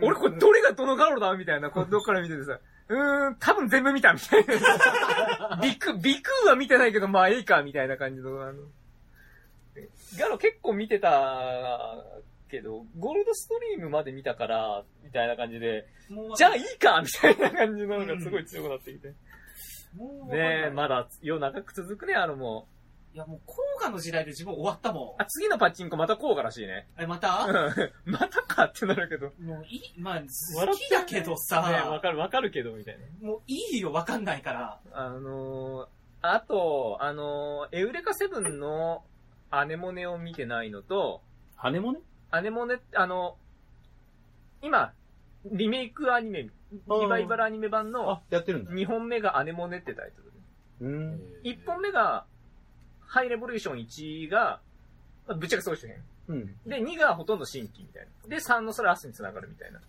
Speaker 1: 俺これどれがどのガロだみたいな、こうどっから見ててさ、うーん、多分全部見たみたい な。ビク、ビクーは見てないけど、まあええか、みたいな感じの、あの。ガロ結構見てたけど、ゴールドストリームまで見たから、みたいな感じで、
Speaker 4: もう
Speaker 1: じゃあいいかみたいな感じなのがすごい強くなってきて。
Speaker 4: もう
Speaker 1: ねえ、ま
Speaker 4: ま
Speaker 1: だ世長く続くね、あのも
Speaker 4: いや、もう、高画の時代で自分終わったも
Speaker 1: う。あ、次のパチンコまたこうからしいね。
Speaker 4: ん。え、ま
Speaker 1: う
Speaker 4: た
Speaker 1: ん またかってなるけど。
Speaker 4: もういい、まあ、好きだけどさ、
Speaker 1: ねわかるわかるけど、みたいな。
Speaker 4: もういいよ、わかんないから。
Speaker 1: あのー、あと、あのー、エウレカセブンのアネモネを見てないのと、
Speaker 2: 羽もね。
Speaker 1: アネモネって、あの、今、リメイクアニメ、リバイバルアニメ版の
Speaker 2: あ、やってるんだ。
Speaker 1: 2本目がアネモネってタイトル。
Speaker 2: うん。
Speaker 1: 1本目が、ハイレボリューション1が、まあぶっちゃけ総集編。
Speaker 2: うん。
Speaker 1: で、2がほとんど新規みたいな。で、3のそれ明日に繋がるみたいな。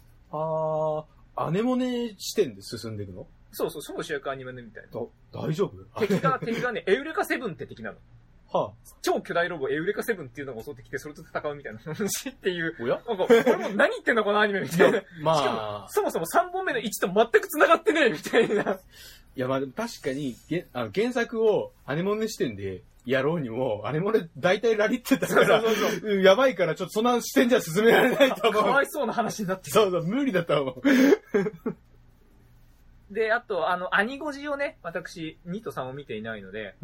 Speaker 2: あー、姉もね視点で進んでいくの
Speaker 1: そうそう、そう主役アニメみたいな。
Speaker 2: だ、大丈夫あ
Speaker 1: 敵が、敵がね、エウレカセブンって敵なの。
Speaker 2: は
Speaker 1: 超巨大ロボエウレカセブンっていうのが襲ってきて、それと戦うみたいな話っていう。
Speaker 2: あ、おや
Speaker 1: なんか、俺もう何言ってんだこのアニメみたいな。しか
Speaker 2: まあ
Speaker 1: も、、そもそも3本目の1と全く繋が ってねえみたいな。
Speaker 2: いやまあでも確かに、げあの原作を姉もね視点で野郎にも、あれも俺、大体ラリってたから、うんやばいから、ちょっとそんな視点じゃ進められないと
Speaker 1: か
Speaker 2: 思う
Speaker 1: わ。いそうな話になってる。
Speaker 2: そうそう、無理だと思う。
Speaker 1: で、あと、あの、アニゴジをね、私、2と3を見ていないので、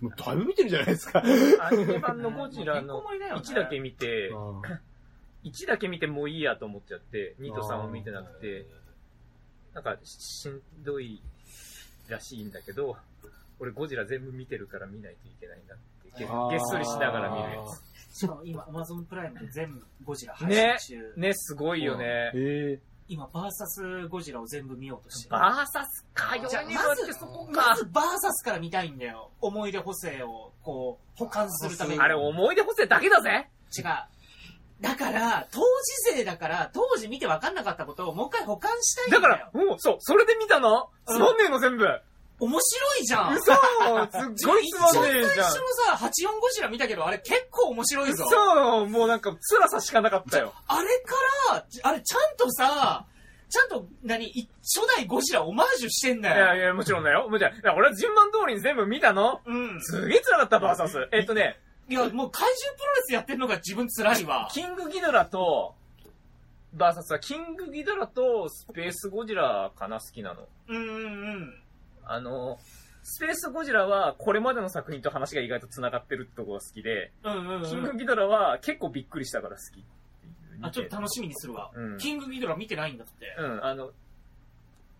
Speaker 2: もうだいぶ見てるじゃないですか。
Speaker 1: アニメ版のゴジラの1だけ見て、1だけ見てもういいやと思っちゃって、2と3を見てなくて、なんかしんどいらしいんだけど、俺ゴジラ全部見てるから見ないといけないなって、げ
Speaker 2: あ ー
Speaker 1: げっそりしながら見るやつ。
Speaker 4: しかも今、アマゾンプライムで全部ゴジラ配信中。
Speaker 1: ね、すごいよね。
Speaker 2: ええ
Speaker 4: 今、バーサスゴジラを全部見ようとしてる。
Speaker 1: バーサスか、4
Speaker 4: じゃあ
Speaker 1: 人だってそこか
Speaker 4: ま。ずバーサスから見たいんだよ。思い出補正を、こう、保管するために。
Speaker 1: あれ思い出補正だけだぜ
Speaker 4: 違う。だから、当時勢だから、当時見て分かんなかったことをもう一回保管したいんだ
Speaker 1: だ
Speaker 4: よ。
Speaker 1: から、もう、そう、それで見たの
Speaker 4: うん
Speaker 1: つまんねえの全部。
Speaker 4: 面白いじゃん。
Speaker 1: 嘘すっごいつまんねえ
Speaker 4: 一
Speaker 1: じゃん
Speaker 4: 番最初。のさ、84ゴジラ見たけど、あれ結構面白いぞ。
Speaker 1: そう、もうなんか辛さしかなかったよ。
Speaker 4: あれから、あれちゃんとさ、ちゃんと、何、い初代ゴジラオマージュしてん
Speaker 1: い
Speaker 4: だよ。
Speaker 1: やいや、もちろんだよ。もちろん。いや俺は順番通りに全部見たの
Speaker 4: うん。
Speaker 1: すげえ辛かった、バーサス。えっとね、
Speaker 4: いや、もう怪獣プロレスやってるのが自分辛いわ。
Speaker 1: キングギドラと、バーサスはキングギドラとスペースゴジラかな、好きなの。
Speaker 4: うんうんうん。
Speaker 1: あの、スペースゴジラはこれまでの作品と話が意外と繋がってるとこが好きで、
Speaker 4: うんうん
Speaker 1: キン
Speaker 4: う
Speaker 1: グ
Speaker 4: ん。
Speaker 1: ギドラは結構びっくりしたから好きっていう。
Speaker 4: あ、ちょっと楽しみにするわ。
Speaker 1: うん
Speaker 4: キングギドラ見てないんだって。
Speaker 1: うん、あの、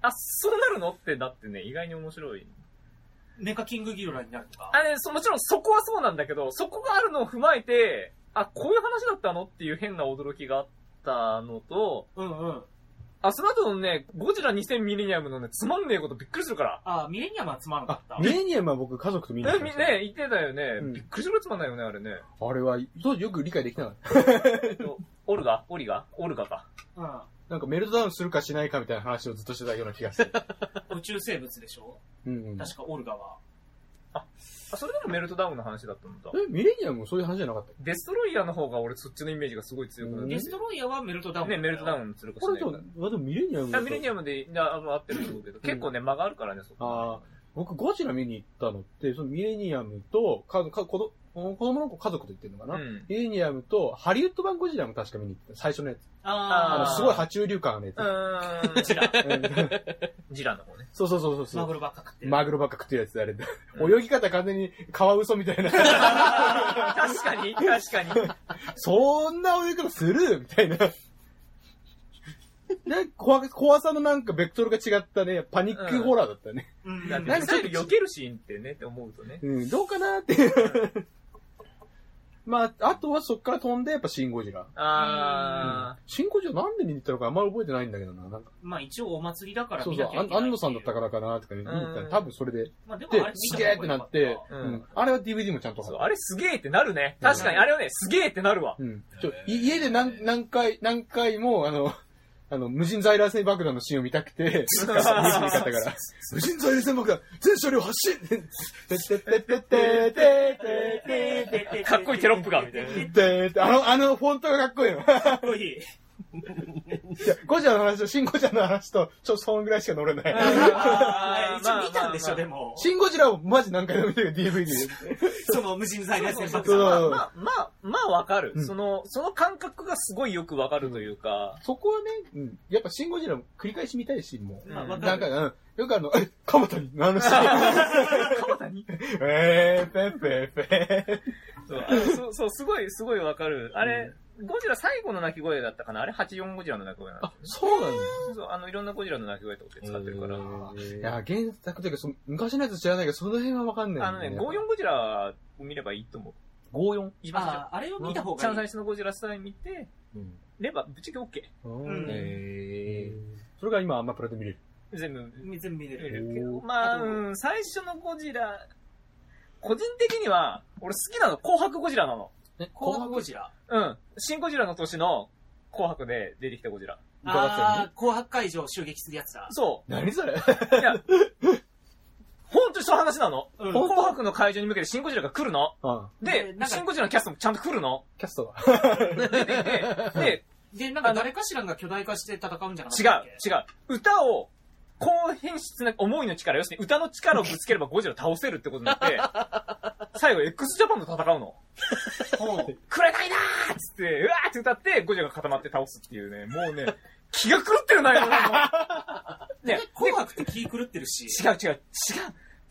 Speaker 1: あ、そうなるのってなってね、意外に面白い。
Speaker 4: メカキングギドラになるとか。
Speaker 1: あれ、そもちろんそこはそうなんだけど、そこがあるのを踏まえて、あ、こういう話だったのっていう変な驚きがあったのと、
Speaker 4: うんうん。
Speaker 1: あ、その後のね、ゴジラ2000ミレニアムのね、つまんねえことびっくりするから。
Speaker 4: あ、ミレニアムはつまらなかった。
Speaker 2: ミレニアムは僕家族と見に行
Speaker 1: え、
Speaker 2: きま
Speaker 1: み
Speaker 2: した
Speaker 1: ね、言ってたよね。
Speaker 2: うん
Speaker 1: びっくりするぐらいつまんないよね、あれね。
Speaker 2: あれは、当時よく理解できなかった。
Speaker 1: えっと、オルガオリガオルガか。
Speaker 4: う
Speaker 2: なんかメルトダウンするかしないかみたいな話をずっとしてたような気が する。
Speaker 4: ん。宇宙生物でしょ
Speaker 2: うん。
Speaker 4: 確かオルガは。
Speaker 1: あ、それでもメルトダウンの話だったんだ。
Speaker 2: え、ミレニアムもそういう話じゃなかった
Speaker 1: デストロイヤーの方が俺そっちのイメージがすごい強くな
Speaker 2: うん
Speaker 1: る。
Speaker 4: デ
Speaker 1: ね、
Speaker 4: ストロイヤーはメルトダウン。
Speaker 1: メルトダ
Speaker 4: ン。
Speaker 1: ウンするかし
Speaker 2: こ
Speaker 1: ない
Speaker 2: れで
Speaker 1: か
Speaker 2: も、あでもミレニアム
Speaker 1: あミレニアムで、いや、あの合ってると思うけど、結構ね、間があるからね、そこ。
Speaker 2: ああ、僕ゴジラ見に行ったのって、そのミレニアムと、か、か、子供、子供の子家族と言ってるのかな、
Speaker 1: うん。
Speaker 2: ミレニアムと、ハリウッド版ゴジラも確か見に行った。最初のやつ。あ
Speaker 4: あ
Speaker 2: の、
Speaker 4: ー
Speaker 2: すごい爬虫流感あるやつ
Speaker 1: う。ーん、ジラ。
Speaker 2: うん
Speaker 1: ジラの方ね。
Speaker 2: そうそうそうそうそう。
Speaker 4: マグロばっか食ってる。
Speaker 2: マグロばっか食ってるやつであれだ。
Speaker 1: うん
Speaker 2: 泳ぎ方完全にカワウソみたいな。
Speaker 1: 確かに、確かに。
Speaker 2: そんな泳ぎ方するみたい な。で、怖怖さのなんかベクトルが違ったね、パニックホラーだったね。
Speaker 4: うん
Speaker 1: だって
Speaker 2: なん
Speaker 1: ミ
Speaker 2: か
Speaker 1: サイル避けるシーンってね、って思うとね。
Speaker 2: うん、どうかなって。 まあ、あとはそっから飛んで、やっぱシン・ゴジラ。
Speaker 1: あ
Speaker 2: シン・ゴジラなんで見に行ったのかあんまり覚えてないんだけどな。なんか
Speaker 4: まあ一応お祭りだから
Speaker 2: そう
Speaker 4: 見
Speaker 2: そ
Speaker 4: な
Speaker 2: う安
Speaker 4: き、ゃいけない
Speaker 2: 安野さんだったからかなとかね、見に行ったら多分それで。
Speaker 4: まあでも
Speaker 2: で
Speaker 4: あれ、見
Speaker 2: す
Speaker 4: た
Speaker 2: げ
Speaker 4: 方が
Speaker 2: えっ
Speaker 4: 良か
Speaker 2: てなって、
Speaker 1: う
Speaker 2: うんん。あれは DVD もちゃんと
Speaker 1: ーそ
Speaker 2: 入っ
Speaker 1: う、
Speaker 2: て
Speaker 1: あれすげえってなるね。確かに、あれはね、すげえってなるわ。
Speaker 2: うん。ちょ、い家で何、何回、何回も、あの、あの、無人在来線爆弾のシーンを見たくて、見に行かったから、無人在来線爆弾、全車両発進てってってってってってって
Speaker 1: かっこいいテロップがみたいな
Speaker 4: か
Speaker 2: ってって、あの、あの、フォントがかっこいいの。
Speaker 4: っこいい。
Speaker 2: ゴジラの話と、シンゴジラの話と、ちょ、そんぐらいしか乗れない。
Speaker 4: あー一応見たんでし
Speaker 1: まあまあまあ
Speaker 4: ょ、でも。
Speaker 2: シンゴジラをマジ何回でも見てる DVD で。
Speaker 4: その無人在来線
Speaker 1: ま
Speaker 4: 爆弾。
Speaker 2: そ
Speaker 1: あ
Speaker 2: う
Speaker 1: まあ、まあ、まあわかる
Speaker 2: う。ん
Speaker 1: その、その感覚がすごいよくわかるというか。
Speaker 2: そこはね、うん、やっぱシンゴジラも繰り返し見たいし、もう。
Speaker 1: まあ
Speaker 4: わ
Speaker 2: なんか、うん、よくあの、え、鎌田に、あのシーン。
Speaker 1: 鎌田に
Speaker 2: えー、ペッペッペ
Speaker 1: そうあのそう、そう、すごい、すごいわかる。あれ、ゴジラ最後の鳴き声だったかなあれ84ゴジラの鳴き声なんで
Speaker 2: あ、そうなんだ。
Speaker 1: すよそう、あの、いろんなゴジラの鳴き声とかって使ってるから。
Speaker 2: いや、原作というか、その昔のやつ知らないけど、その辺はわかんない。
Speaker 1: あのね、54ゴジラを見ればいいと思う。
Speaker 2: 54。
Speaker 1: 一番最初
Speaker 4: あーあれを見た方
Speaker 1: 一番
Speaker 4: がい
Speaker 1: 最初の
Speaker 4: い。
Speaker 1: ゴジラスタイ見て、
Speaker 2: うん。
Speaker 1: レバー、ぶっちゃけ OK。
Speaker 4: ん
Speaker 2: えそれが今、アマプラで見れる。
Speaker 1: 全部
Speaker 4: 全部見れ
Speaker 1: 見れ
Speaker 4: る。
Speaker 1: るけど。
Speaker 2: おー
Speaker 1: ま
Speaker 4: あ
Speaker 1: あ、
Speaker 4: と
Speaker 1: うん、最初のゴジラ、個人的には、俺好きなの紅白ゴジラなの。
Speaker 2: え、
Speaker 4: 紅白ゴジラ。
Speaker 1: うん。新ゴジラの年の紅白で出てきたゴジラ。
Speaker 2: 伺ってたの
Speaker 4: ああー、紅白会場を襲撃するやつだ。
Speaker 1: そ
Speaker 2: 何それ
Speaker 1: う。いや、 本当にその話なの。
Speaker 4: うん
Speaker 1: 紅白の会場に向けて新ゴジラが来るの。
Speaker 2: あ
Speaker 1: で
Speaker 4: で、なんか
Speaker 1: 新ゴジラのキャストもちゃんと来る の。
Speaker 2: キャストが。
Speaker 1: 出てきて、で、
Speaker 4: で、なんか誰かしらが巨大化して戦うんじゃなか
Speaker 1: 違
Speaker 4: ったっけ
Speaker 1: う、違う。歌を、 高変質な思いの力、要するに歌の力をぶつければゴジラ倒せるってことになって、最後 x ジャパンと戦うの。
Speaker 4: ほう
Speaker 1: くれないなーっつって、うわーって歌って、ゴジラが固まって倒すっていうね、もうね、気が狂ってるなよ、俺もうね、
Speaker 4: 紅白って気狂ってるし。
Speaker 1: 違う違う、違う、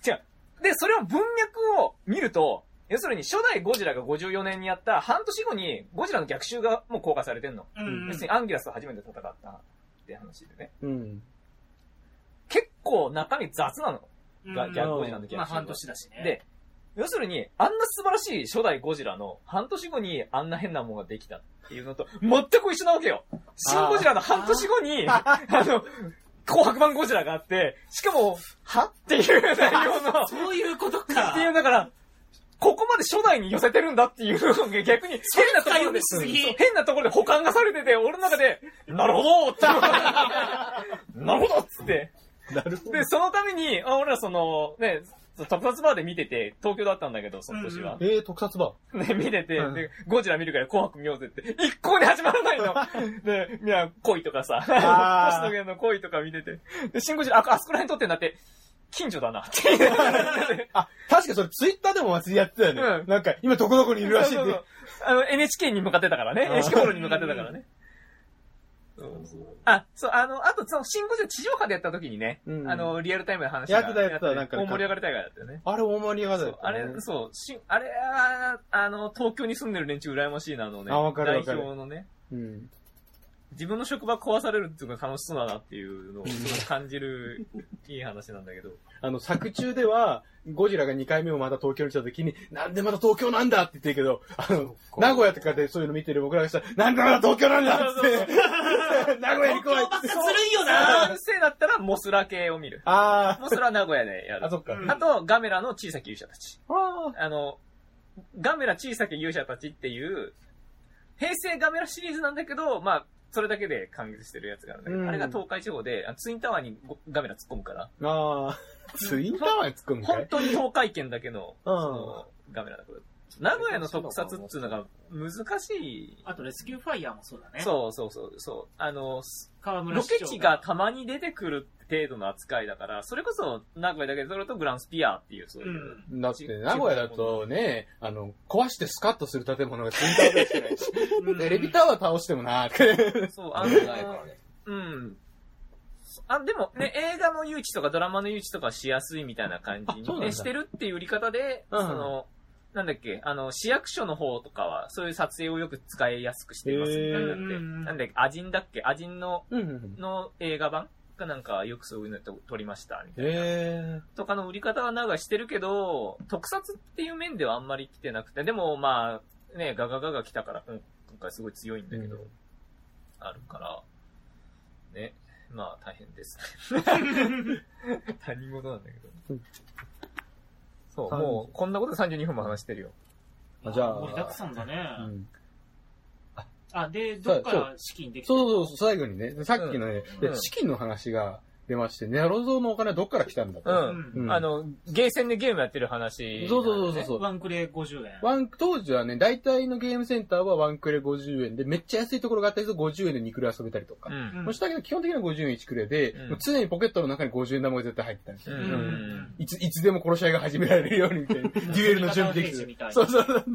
Speaker 1: 違う。で、それを文脈を見ると、要するに初代ゴジラが54年にやった半年後にゴジラの逆襲がもう公開されてんの。
Speaker 4: うん
Speaker 1: 要するにアンギラスと初めて戦ったって話でね。
Speaker 2: うん。
Speaker 1: 結構中身雑なの。
Speaker 4: うん
Speaker 1: が逆ゴジラの逆襲
Speaker 4: まあ半年だしね。
Speaker 1: で、要するに、あんな素晴らしい初代ゴジラの半年後にあんな変なもんができたっていうのと、全く一緒なわけよ。新ゴジラの半年後に、あの、紅白版ゴジラがあって、しかも、はっていう内容の、っ
Speaker 4: そういうことか。
Speaker 1: ていう、だから、ここまで初代に寄せてるんだっていうのが逆に変なところ
Speaker 4: 深読
Speaker 1: で
Speaker 4: みし、すぎ
Speaker 1: そう変なところで保管がされてて、俺の中で、なるほどって思うなるほどっつって。
Speaker 2: なるほ
Speaker 1: で、そのために、あ俺らその、ね、特撮バーで見てて、東京だったんだけど、その年は。
Speaker 2: えー、特撮版。
Speaker 1: ね、見てて、
Speaker 2: うん
Speaker 1: で、ゴジラ見るから紅白見ようぜって、一向に始まらないの。で、いや、恋とかさ、
Speaker 2: あー
Speaker 1: 星野源の恋とか見てて、で、シンゴジラ、あ、あそこら辺撮ってんだって、近所だ なっていう。
Speaker 2: あ、確かそれツイッターでも祭りやってたよね。
Speaker 1: うん
Speaker 2: なんか、今どこどこにいるらしい
Speaker 1: そ
Speaker 2: ん
Speaker 1: う
Speaker 2: で
Speaker 1: そう。あの、NHK に向かってたからね。
Speaker 2: あー
Speaker 1: NHK ホールに向かってたからね。あ、そう、あの、あと、その、シンゴジラ地上波でやった時にね、
Speaker 2: うん
Speaker 1: あの、リアルタイムで話
Speaker 2: やってたやってたなんか
Speaker 1: 大盛り上がり大会だったよね。
Speaker 2: あれ、大盛り上がりだよね
Speaker 1: あれ、そう、しあれは、あの、東京に住んでる連中羨ましいな、あのね。
Speaker 2: あわかるわかる
Speaker 1: 代表のね。
Speaker 2: うん。
Speaker 1: 自分の職場壊されるっていうのが楽しそうだなっていうのをすごい感じる、いい話なんだけど。
Speaker 2: あの、作中では、ゴジラが2回目もまた東京に来た時に、なんでまた東京なんだって言ってるけど、あの、名古屋とかでそういうの見てる僕らがしたら、なんでまた東京なんだって言って、 名古屋に来いって。
Speaker 4: ずるいよ
Speaker 1: あ
Speaker 4: な
Speaker 1: のせいだったら、モスラ系を見る。
Speaker 2: あ
Speaker 1: モスラは名古屋でや
Speaker 2: ー、あ、
Speaker 1: る。
Speaker 2: そっか。
Speaker 4: うん
Speaker 1: あと、ガメラの小さき勇者たち。
Speaker 2: あ
Speaker 1: あの、ガメラ小さき勇者たちっていう、平成ガメラシリーズなんだけど、まあ、それだけで完結してるやつがあるんだけど、
Speaker 2: うん
Speaker 1: あれが東海地方で、あツインタワーにごガメラ突っ込むから、
Speaker 2: ーあー、ツインタワーに突っ込むか
Speaker 1: 本
Speaker 2: い
Speaker 1: 当に東海圏だけの、
Speaker 2: うん
Speaker 1: その、ガメラだから。名古屋の特撮っていうのが難しい。
Speaker 4: あと、レスキューファイヤーもそうだね。う。
Speaker 1: そうそうそう、そう。あの、す
Speaker 4: 河村
Speaker 1: ロ
Speaker 4: 市
Speaker 1: ケ
Speaker 4: 長
Speaker 1: 地が、たまに出てくる程度の扱いだから、それこそ名古屋だけで撮るとグランスピアっていう、そう
Speaker 4: う
Speaker 1: いう。
Speaker 4: ん。
Speaker 2: だって、名古屋だとね、あの、壊してスカッとする建物がツインタワーでしかない し、テレビタワー倒してもなーって。
Speaker 1: そう、あ
Speaker 3: あ
Speaker 1: の
Speaker 3: んまないからね。
Speaker 1: うん。あ、でもね、映画の誘致とかドラマの誘致とかしやすいみたいな感じ
Speaker 2: あそう
Speaker 1: に、
Speaker 2: なんだ
Speaker 1: ね、してるっていう売り方で、
Speaker 2: うん
Speaker 1: その、なんだっけ、あの、市役所の方とかは、そういう撮影をよく使いやすくしてますみたいになって、
Speaker 4: へー
Speaker 1: なんだっけ、アジンだっけ、アジンの、
Speaker 2: うん。
Speaker 1: の映画版がなんかよくそういうのと撮りました、みたいな。
Speaker 2: え
Speaker 1: とかの売り方はなんかしてるけど、特撮っていう面ではあんまり来てなくて、でもまあ、ね、ガガガガ来たから、うん今回すごい強いんだけど、
Speaker 2: うん
Speaker 1: あるから、ね、まあ大変です。 他人事なんだけ
Speaker 2: う
Speaker 1: ど
Speaker 2: ん。
Speaker 1: そう、
Speaker 2: 30
Speaker 1: もうこんなことで32分も話してるよ。
Speaker 2: あじゃあ
Speaker 4: 盛りだくさんだね。
Speaker 2: ー。うん
Speaker 4: あ、で、どっから資金できた
Speaker 2: そうそうそう、最後にね、さっきのね、
Speaker 1: うん
Speaker 2: で資金の話が出まして、ネロゾーのお金はどっから来たんだ
Speaker 1: う
Speaker 2: と。
Speaker 1: ん。
Speaker 2: うん
Speaker 1: あの、ゲーセンでゲームやってる話、
Speaker 2: そうそうそう
Speaker 1: う。
Speaker 2: そう。
Speaker 4: ワンクレ50円。
Speaker 2: ワン、当時はね、大体のゲームセンターはワンクレ50円で、めっちゃ安いところがあったりすると50円で2クレ遊べたりとか
Speaker 1: う。ん。
Speaker 2: そしたけど基本的には50円1クレで、
Speaker 1: うん
Speaker 2: もう常にポケットの中に50円玉が絶対入ってたんです
Speaker 1: う
Speaker 2: よ。
Speaker 1: ん。
Speaker 4: うん
Speaker 2: いつ、いつでも殺し合いが始められるようにみ たいな。デュエルの準備でき
Speaker 4: 味方の兵士
Speaker 2: て
Speaker 4: みたいな
Speaker 2: そうそうそう。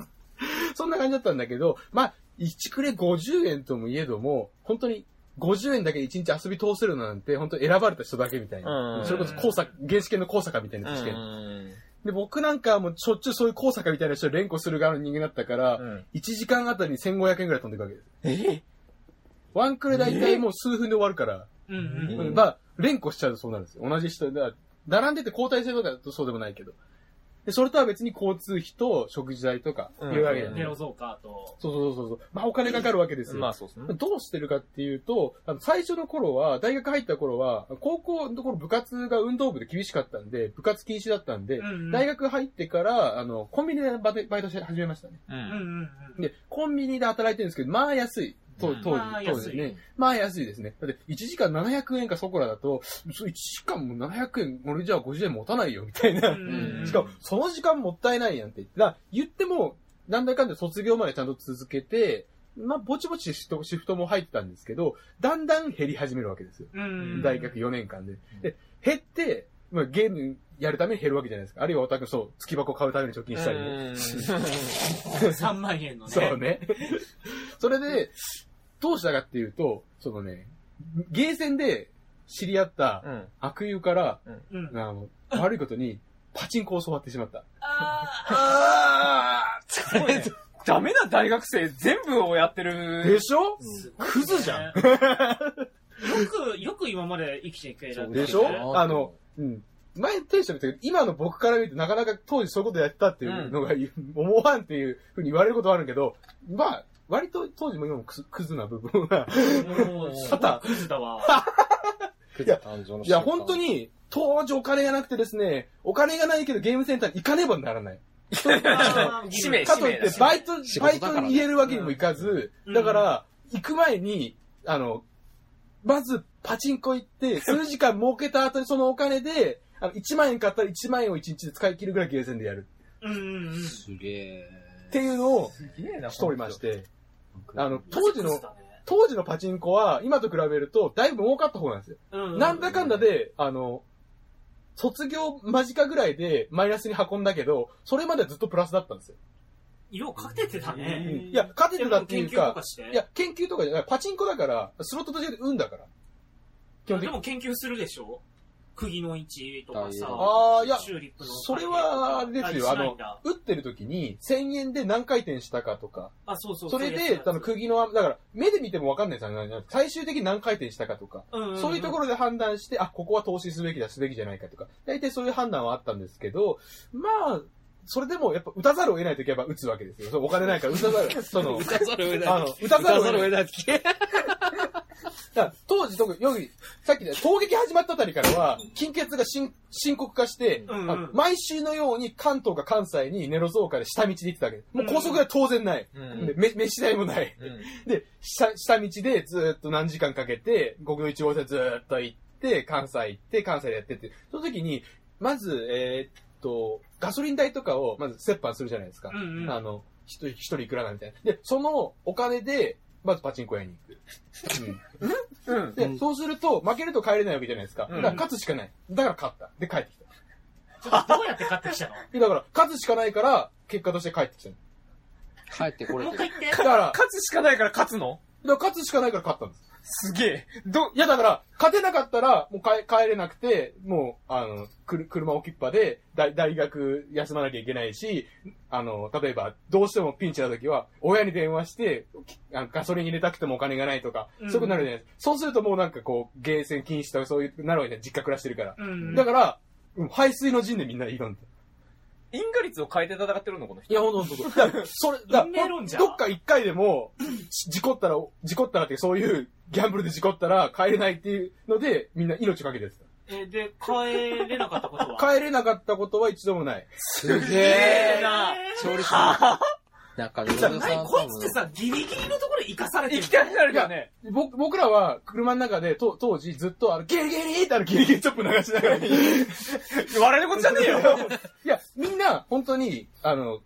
Speaker 2: そんな感じだったんだけど、まあ、1クレ50円ともいえども、本当に50円だけで1日遊び通せるなんて、本当に選ばれた人だけみたいな。
Speaker 1: うん
Speaker 2: それこそ高坂、原始圏の高坂みたいな
Speaker 1: う
Speaker 2: 人試験
Speaker 1: ん。
Speaker 2: で、僕なんかはもうしょっちゅうそういう高坂みたいな人を連呼する側の人間だったから、
Speaker 1: うん
Speaker 2: 1時間あたりに1500円ぐらい飛んでいくわけです。
Speaker 1: え
Speaker 2: ワンクレ大体もう数分で終わるから、
Speaker 4: うん
Speaker 3: え
Speaker 4: う
Speaker 2: うん
Speaker 4: ん。
Speaker 2: まあ、連呼しちゃうとそうなるんですよ。同じ人で、並んでて交代制とかだとそうでもないけど。で、それとは別に交通費と食事代とか、
Speaker 1: うん
Speaker 2: いうわけで、
Speaker 1: うん
Speaker 4: ネロ増加と、
Speaker 2: そうそうそうそう。まあ、お金かかるわけですよ。
Speaker 1: まあそうっすね。
Speaker 2: どうしてるかっていうと、あの最初の頃は、大学入った頃は、高校のところ部活が運動部で厳しかったんで、部活禁止だったんで、大
Speaker 4: 学、
Speaker 2: 学入ってから、あの、コンビニでバイバイトし始めましたね。
Speaker 1: う
Speaker 4: うん
Speaker 1: ん
Speaker 4: うんうん。
Speaker 2: で、コンビニで働いてるんですけど、まあ安い。と
Speaker 1: うん
Speaker 2: 当時、
Speaker 4: まあ
Speaker 2: 当時ね。まあ安いですね。だって、1時間700円かそこらだと、そう1時間も700円、俺じゃあ50円持たないよ、みたいな。
Speaker 1: うん
Speaker 2: しかも、その時間もったいないやんって言って、だから言っても、なんだかんだ卒業までちゃんと続けて、まあ、ぼちぼちシフトシフトも入ってたんですけど、だんだん減り始めるわけですよ。
Speaker 4: うん
Speaker 2: 大学4年間で。で、減って、まあ、ゲームやるために減るわけじゃないですか。あるいはオタク、そう、月箱買うために貯金したりね。
Speaker 4: 3万円の ね。
Speaker 2: そうね。それで、どうしたかっていうと、そのね、ゲーセンで知り合った
Speaker 1: うん。
Speaker 2: 悪友から、
Speaker 4: うん。
Speaker 2: あの、悪いことに、パチンコを教わってしまった。
Speaker 1: あーすごいねダメな大学生全部をやってる
Speaker 2: で。しょ
Speaker 4: ク
Speaker 2: ズじゃ
Speaker 4: ん。よく、よく今まで生きていく選ん
Speaker 2: でしょあの、うん。前テンション見たけど、今の僕から見るとなかなか当時そういうことやってたっていうのが、思わんっていうふうに言われることはあるけど、まあ、割と当時も今もクズクズな部分 は、
Speaker 4: もう、すごいクズだわ。
Speaker 3: クズ誕生の
Speaker 2: いや、本当。に、当時お金がなくてですね、お金がないけどゲームセンターに行かねばなら ない。
Speaker 4: あー
Speaker 1: 使 命
Speaker 2: かといっ
Speaker 1: 使命だ
Speaker 2: て、
Speaker 1: し
Speaker 2: バイト、
Speaker 3: 仕
Speaker 2: バイ
Speaker 3: 事だから
Speaker 2: ト
Speaker 3: ね
Speaker 2: に入れるわけにもいかず、
Speaker 4: うん
Speaker 2: だから、行く前に、あの、まずパチンコ行 って、数時間儲けた後にそのお金で、あの1万円買ったら1万円を1日で使い切るぐらいゲーセンでやる。
Speaker 4: うんうんうん。
Speaker 3: すげえ。
Speaker 2: っていうのを
Speaker 1: すげえな
Speaker 2: しておりまし。て、あ
Speaker 3: あの、
Speaker 2: の、当時の、当時のパチンコは、今と比べると、だいぶ儲かった方なんですよ。
Speaker 4: うん。
Speaker 2: なんだかんだで、あの、卒業間近ぐらいでマイナスに運んだけど、それまでずっとプラスだったんですよ。
Speaker 4: 色をかけてた
Speaker 1: う
Speaker 4: ね。
Speaker 1: ん
Speaker 2: いや、勝ててたっていう
Speaker 4: でも研究と
Speaker 2: か
Speaker 4: か、して。
Speaker 2: いや、研究とかじゃない、パチンコだから、スロットと違って運だから。基本的
Speaker 4: で
Speaker 2: に。
Speaker 4: も研究するでしょ釘の位置とかさ。
Speaker 2: ああ、いや、
Speaker 4: チューリップの
Speaker 2: それは、あれですよ、あ
Speaker 4: しない
Speaker 2: の
Speaker 4: んだ、
Speaker 2: 打ってる時に、1000円で何回転したかとか、
Speaker 4: あ、そうそう
Speaker 2: それで、あの、釘の、だから、目で見てもわかんないですよね。最終的に何回転したかとか、そういうとこ
Speaker 4: ろ。
Speaker 2: ろで判断して、あ、ここは投資すべきだ、すべきじゃないかとか、大体そういう判断はあったんですけど、まあ、それでもやっぱ打たざるを得ないときはやっぱ打つわけですよ。そうお金ないから打たざる、その、
Speaker 3: 歌ざるを得ない。
Speaker 2: あの、打たざるを得ない。
Speaker 3: ないって聞け。
Speaker 2: だから当時、特に、より、さっきね、攻撃始まったあたりからは、貧血が深深刻化して、
Speaker 4: うんうん
Speaker 2: あの毎週のように関東か関西にネロ増加で下道で行ってたわけです。もう高速が当然ない。
Speaker 1: うん
Speaker 2: でめ飯代もない。
Speaker 1: うん
Speaker 2: で、下、下道でずーっと何時間かけて、国道1号線ずーっと行って、関西行って、関西でやってって、その時に、まず、えーっと、ガソリン代とかをまず折半するじゃないですか。
Speaker 4: うんうん
Speaker 2: あの、一人、一人いくらなんみたいな。で、そのお金で、まずパチンコ屋に行く。
Speaker 1: うん。
Speaker 2: で、
Speaker 3: うん
Speaker 2: そうすると、負けると帰れないわけじゃないですか。
Speaker 1: うん
Speaker 2: だから勝つしかない。だから勝った。で、帰ってきた。
Speaker 4: ちょっとどうやって買ってきた の
Speaker 2: でだから、勝つしかないから、結果として帰ってきたの。
Speaker 3: 帰ってこれ
Speaker 4: もう
Speaker 3: て
Speaker 4: 一
Speaker 3: る
Speaker 4: 回。言って。
Speaker 2: だから、だか
Speaker 1: 勝つしかないから勝つの
Speaker 2: ら勝つしかないから勝ったんです。
Speaker 1: すげえ。ど、
Speaker 2: いや、だから、勝てなかったら、もう帰帰れなくて、もう、あの、くる車置きっぱで大、大学休まなきゃいけないし、あの、例えば、どうしてもピンチな時は、親に電話して、きあのガソリン入れたくてもお金がないとか、
Speaker 4: うん
Speaker 2: そういうことになるじゃないですか。そうするともうなんかこう、ゲーセン禁止とかそういう、なるわけじゃん、実家暮らしてるから。
Speaker 4: うん。
Speaker 2: だから、うん排水の陣でみんな挑んで。
Speaker 1: 因果率を変えて戦ってるのこの人。
Speaker 2: いや、ほんとほんと。だからそれ、だから
Speaker 4: 運命論じゃん
Speaker 2: どっか一回でも、事故ったら、事故ったらっていう、そういう、ギャンブルで事故ったら帰れないっていうので、みんな命かけてるんです。
Speaker 4: え、で、帰れなかったことは
Speaker 2: 帰れなかったことは一度もない。
Speaker 3: すげ
Speaker 1: え
Speaker 3: え
Speaker 1: えな
Speaker 3: 調理師。なんか、野田さん
Speaker 4: 何こいつってさ、ギリギリのところで生かされて
Speaker 1: 生
Speaker 4: る
Speaker 1: き。てられるよね。
Speaker 2: 僕僕らは車の中でと当時ずっとあのギリギリってあのギリギリチョップ流しながら。い
Speaker 1: 笑えることじゃねえよ。
Speaker 2: や、みんな本当に、あの、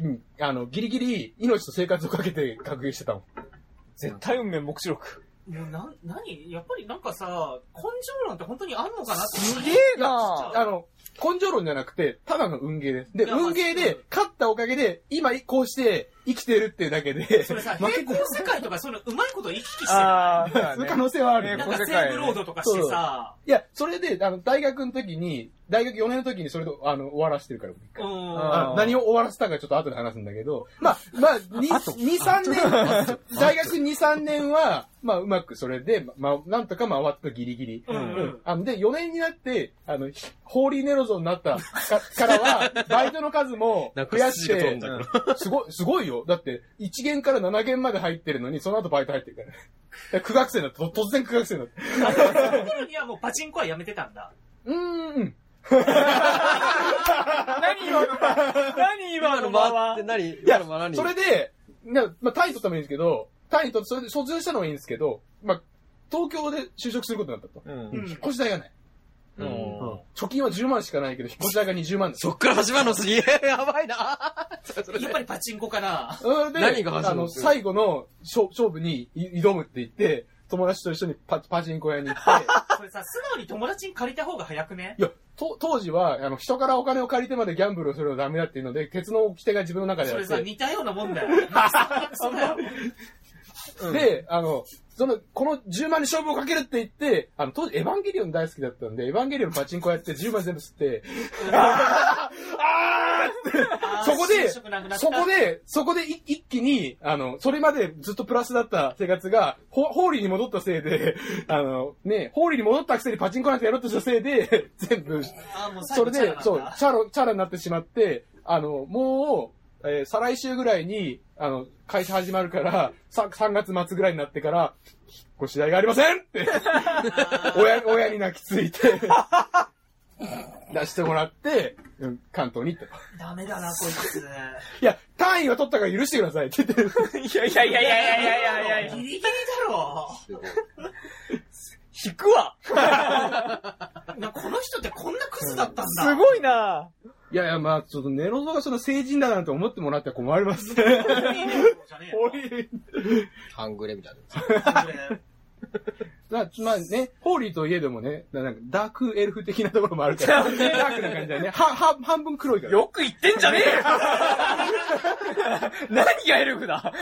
Speaker 2: うん、あの、ギリギリ命と生活をかけて格言してたもん。
Speaker 1: 絶対運命目視録。
Speaker 4: もうな、何やっぱりなんかさ、根性論って本当にあんのかなって。
Speaker 1: すげえ
Speaker 4: い
Speaker 1: な
Speaker 4: や
Speaker 2: あの、根性論じゃなくて、ただの運ゲーです。で、
Speaker 4: いやまあ
Speaker 2: 運ゲー
Speaker 4: そう
Speaker 2: で、勝ったおかげで、今こうして生きてるっていうだけで、
Speaker 4: それさ、
Speaker 2: 負け
Speaker 4: 平行
Speaker 2: て
Speaker 4: 世界とかそういうのうまいこと行き来してる。
Speaker 1: あー
Speaker 2: そういう可能性はある。
Speaker 1: ね
Speaker 4: なんかセーブロードとかしてさ、
Speaker 2: いや、それで、あの、大学の時に、大学4年の時にそれで、あの、終わらしてるから、僕一
Speaker 4: う
Speaker 2: 回
Speaker 4: ん。
Speaker 1: あ
Speaker 2: あ何を終わらせたかちょっと後で話すんだけど、まあ、まあ、2、2 3年、大学2、3年は、まあ、うまくそれで、まあ、なんとか回ったギリギリ。
Speaker 4: うんうん
Speaker 2: あので、4年になって、あの、ひホーリーネロゾになったかからは、 バイトの数も
Speaker 3: なんか
Speaker 2: 増やし
Speaker 3: 筋が飛
Speaker 2: て
Speaker 3: ん、だ
Speaker 2: うんすごい、すごいよ。だって、1限から7限まで入ってるのに、その後バイト入ってるから。だから苦学生になって、と突然苦学生になって。
Speaker 4: その頃にはもうパチンコはやめてたんだ。
Speaker 2: うーん。
Speaker 1: 何今の間何今
Speaker 3: 今
Speaker 1: の
Speaker 3: の
Speaker 1: 間
Speaker 3: 間っ
Speaker 1: は
Speaker 3: て。何
Speaker 2: いや
Speaker 3: 今の間何
Speaker 2: それで、なまあ、単位取ったもいいんですけど、単位取って、それで卒業したのはいいんですけど、まあ、東京で就職することになったと。
Speaker 1: う。
Speaker 4: うんん
Speaker 2: 引っ越し代がない。
Speaker 1: う
Speaker 3: うん
Speaker 1: ん。
Speaker 2: 貯金は10万しかないけど、引っ越し代が20万だ。
Speaker 3: そっから始まるのすげえ、やばいな
Speaker 4: やっぱりパチンコかな。
Speaker 2: うんで、
Speaker 3: 何が始ま
Speaker 2: あ
Speaker 3: るん
Speaker 2: の、
Speaker 3: ですか
Speaker 2: 最後の勝勝負にい挑むって言って、友達と一緒にパパチンコ屋に行って、
Speaker 4: それさ、素直に友達に借りた方が早くね
Speaker 2: いや、と当時は、あの、人からお金を借りてまでギャンブルをするのはダメだっていうので、鉄の掟が自分の中で
Speaker 4: そ
Speaker 2: あ
Speaker 4: れ
Speaker 2: っ
Speaker 4: さ、
Speaker 2: て、
Speaker 4: 似たようなも んだよ。そうだよ
Speaker 1: うん
Speaker 2: で、あの、その、この10万に勝負をかけるって言って、あの、当時エヴァンゲリオン大好きだったんで、エヴァンゲリオンのパチンコやって10万全部吸って、あーって
Speaker 4: あー
Speaker 2: そこで
Speaker 4: 就職なくな った
Speaker 2: そこで、そこでい一気に、あの、それまでずっとプラスだった生活が、ほホーリーに戻ったせいで、 あの、ね、ホーリーに戻ったくせにパチンコなんてやろうとしたせいで、 全部、
Speaker 4: あーもう最
Speaker 2: そ
Speaker 4: 後
Speaker 2: れ
Speaker 4: チャラ
Speaker 2: で
Speaker 4: な、んだ
Speaker 2: そう、チャラ、チャラになってしまって、あの、もう、えー再来週ぐらいに、あの、会社始まるから、さ3月末ぐらいになってから、ご次第がありません って、親、親に泣きついて、 出してもらって、うん、関東にって。
Speaker 4: ダメだな、こいつ。
Speaker 2: いや、単位は取ったから許してください って言って、
Speaker 1: いやいやいやいやいやいやいやいや
Speaker 4: ギリギリだろ。
Speaker 1: 引くわ
Speaker 4: なこの人ってこんなクズだったんだ。
Speaker 1: すごいない
Speaker 2: やいや、まあ、ちょっとネロゾがその成人だなんて思ってもらっては困り ますね。
Speaker 4: じゃねえよ
Speaker 2: ホーリー
Speaker 3: 半グレみたいな。
Speaker 2: まあ、まあね、ホーリーといえどもね、なんかダークエルフ的なところもあるから、 ダークな感じだね。は、は、半分黒いから。
Speaker 1: よく言ってんじゃね えよ何がエルフだ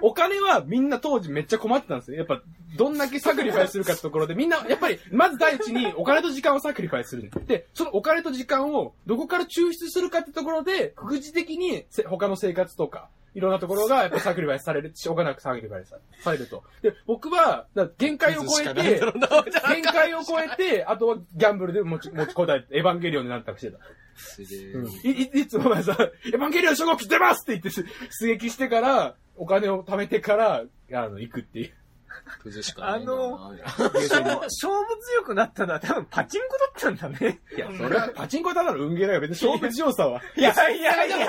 Speaker 2: お金はみんな当時めっちゃ困ってたんですよ。やっぱ、どんだけサクリファイスするかってところで、みんな、やっぱり、まず第一にお金と時間をサクリファイスする。で、そのお金と時間をどこから抽出するかってところで、副次的にせ他の生活とか、いろんなところがやっぱサクリファイスされる、しょうがなくサクリファイスされると。で、僕は、だから限界を超えて、限界を超えて、あとはギャンブルで持ち、持 ちこたえて、エヴァンゲリオンになったりしてた。
Speaker 3: すげえ。
Speaker 2: い、い いつも前さ、エヴァンゲリオン初号機出ますって言ってす、出撃してから、お金を貯めてから、あの、行くっていう。
Speaker 3: クズしかないんだな。
Speaker 1: 勝負強くなったのは多分パチンコだったんだね。
Speaker 2: いや、それは パチンコだから運ゲーだよ。別に勝負強さは。
Speaker 1: いやいやいやいやい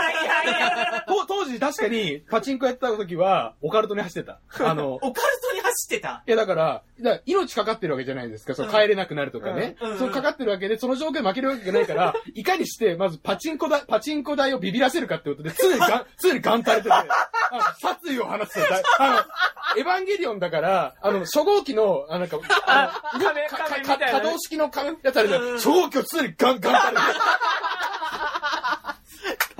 Speaker 1: や
Speaker 2: と当時確かに、パチンコやってた時は、オカルトに走ってた。あの、
Speaker 4: オカルトに走ってた。
Speaker 2: いやだから、だから命かかってるわけじゃないですか。そう
Speaker 4: うん
Speaker 2: 帰れなくなるとかね。
Speaker 4: うんうん
Speaker 2: そうかかってるわけで、その状況で負けるわけがないから、いかにして、まずパチンコ台、パチンコ台をビビらせるかってことで、常にがん、常にガン垂れてて、あの殺意を放つと、だあの、エヴァンゲリオンだから、あの、初号機の、あのなんか、あの
Speaker 1: 仮面
Speaker 2: か
Speaker 1: 仮面み
Speaker 2: か
Speaker 1: たいな
Speaker 2: 可動式の仮面やったら、
Speaker 4: うん
Speaker 2: 初号機を常にガンガン垂れて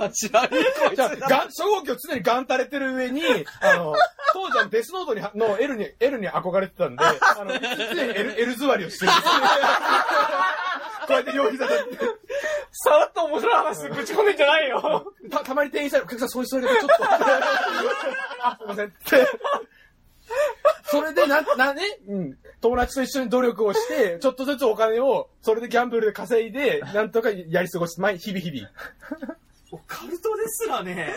Speaker 3: 立ち悪いこ
Speaker 2: る。じゃあ、ガン、初号機を常にガン垂れてる上に、あの、当時はデスノートに、の L に、L に憧れてたんで、あの、常に L, L 座りをしてる。こうやって両膝で。
Speaker 1: さらっと面白い話ぶち込んでんじゃないよ。
Speaker 2: た、たまに店員さんに、お客さん、そういう、それでちょっと。あ、すいません。って。それで、なん、なんね、うん。友達と一緒に努力をして、ちょっとずつお金を、それでギャンブルで稼いで、なんとかやり過ごす。毎日々日々。
Speaker 4: オカルトですらね。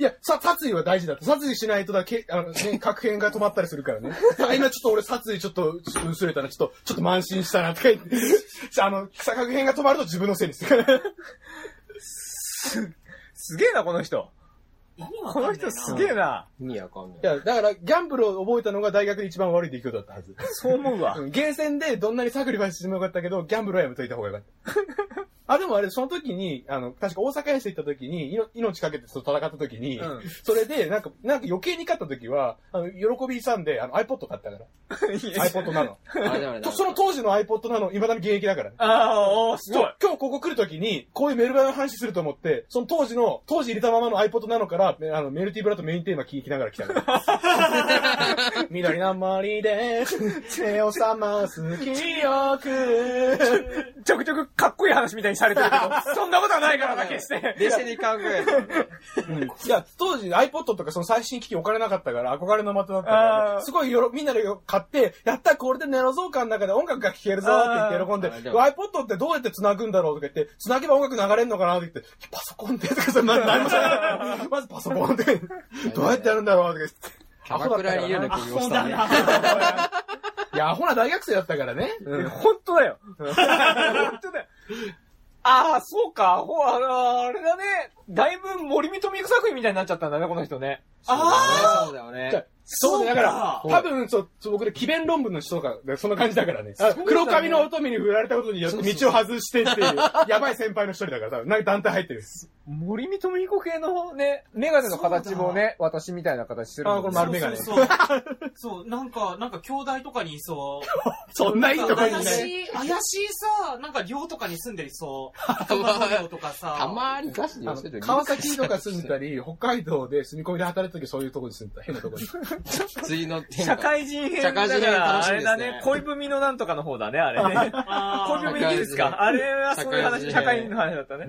Speaker 2: いや、さ、殺意は大事だと。殺意しないとだけ、あの、ね、核変が止まったりするからね。あ、今ちょっと俺殺意ちょっと、ちょっと薄れたな、ちょっと、ちょっと慢心したな、とか言って。 あの、核変が止まると自分のせいにするから。
Speaker 1: すげえな、この人。
Speaker 4: 意味わか
Speaker 1: こ
Speaker 4: んな
Speaker 1: の
Speaker 4: いな
Speaker 1: 人すげえな。
Speaker 3: 意味わかんない
Speaker 2: い。や、だから、ギャンブルを覚えたのが大学で一番悪い出来事だったはず。
Speaker 1: そう思うわ。
Speaker 2: うんゲーセンでどんなにサクリファイスしてもよかったけど、ギャンブルはやめといた方がよかった。 あ、でもあれ、その時に、あの、確か大阪遠征行った時に、いの命かけてそう戦った時に、
Speaker 1: うん
Speaker 2: それで、なんか、なんか余計に勝った時は、あの、喜びさんで、あの、iPod 買ったから。iPod なの。
Speaker 3: あれだよね
Speaker 2: とその当時の iPod なの、未だに現役だから。
Speaker 1: ああ、おー、すごい
Speaker 2: 今。日ここ来るときに、こういうメルバラの話すると思って、その当時の、当時入れたままの iPod なのから、めあの、メルティブラとメインテーマ聞きながら 来たから。 緑の森で、 目を覚ます記 憶。
Speaker 1: ちょくちょくかっこいい話みたいにされてるけど、そんなことはないからな、決して。
Speaker 3: 冷静に考えたらね
Speaker 2: うんいや、当時 iPod とかその最新機器置かれなかったから、憧れの的だったから、
Speaker 1: あー
Speaker 2: すごいよろみんなで買って、やったこれでネロ増感の中で音楽が聴けるぞって言って喜んで
Speaker 3: あー、
Speaker 2: で iPod ってどうやって繋ぐんだろうとか言って、繋げば音楽流れるのかなって言って、パソコンでとかさ、な何も知らない。まずパソコンで、どうやってやるんだろうとか言って。
Speaker 3: キャバクラに言うの
Speaker 2: ア
Speaker 3: 気を
Speaker 4: そ
Speaker 3: し
Speaker 4: うだ
Speaker 3: たね。
Speaker 4: な。
Speaker 2: いや、アホな大学生だったからね。うん
Speaker 1: 本当だよ。本当だよ。ああ、そうか。ほあのあれだね。だいぶ森見とみ作品みたいになっちゃったんだね、この人ね。
Speaker 3: ああそうだよ
Speaker 2: じゃあ
Speaker 3: ね。
Speaker 2: そうねだから、
Speaker 3: そう
Speaker 2: 多分、そう、そう僕で奇弁論文の人とか、そんな感じだからね。あ黒髪の乙女に振られたことによって道を外してっていう、やばい先輩の一人だから、多分、なんか団体入ってる。
Speaker 3: 森見と美子系のね、メガネの形もね、私みたいな形してる
Speaker 2: あこれ丸眼鏡
Speaker 4: そうそうそう。そう、なんか、なんか兄弟とかにいそう。
Speaker 2: そんないいとこにいな
Speaker 4: 怪
Speaker 2: い。
Speaker 4: しい、怪しいさ、なんか寮とかに住んでりそう。卵寮とかさ。
Speaker 5: たまにガスで
Speaker 2: あ
Speaker 5: 寄
Speaker 2: の
Speaker 5: せてる。
Speaker 2: 川崎とか住んでたり、北海道で住み込みで働いた時そういうとこに住んでた。変なとこ に。
Speaker 5: 次の天
Speaker 1: 社
Speaker 5: 下。
Speaker 1: 会人編だ
Speaker 5: 社会
Speaker 1: か
Speaker 5: 人編
Speaker 1: ら、
Speaker 5: 楽
Speaker 1: あ
Speaker 5: しみで
Speaker 1: れ
Speaker 5: すね
Speaker 1: だね、恋文のなんとかの方だね、あれね。
Speaker 4: あー
Speaker 1: 恋文いいです
Speaker 5: 社会人
Speaker 1: かあれはそういう話、社
Speaker 5: 社会
Speaker 1: 会
Speaker 5: 人
Speaker 1: 人の話だったね。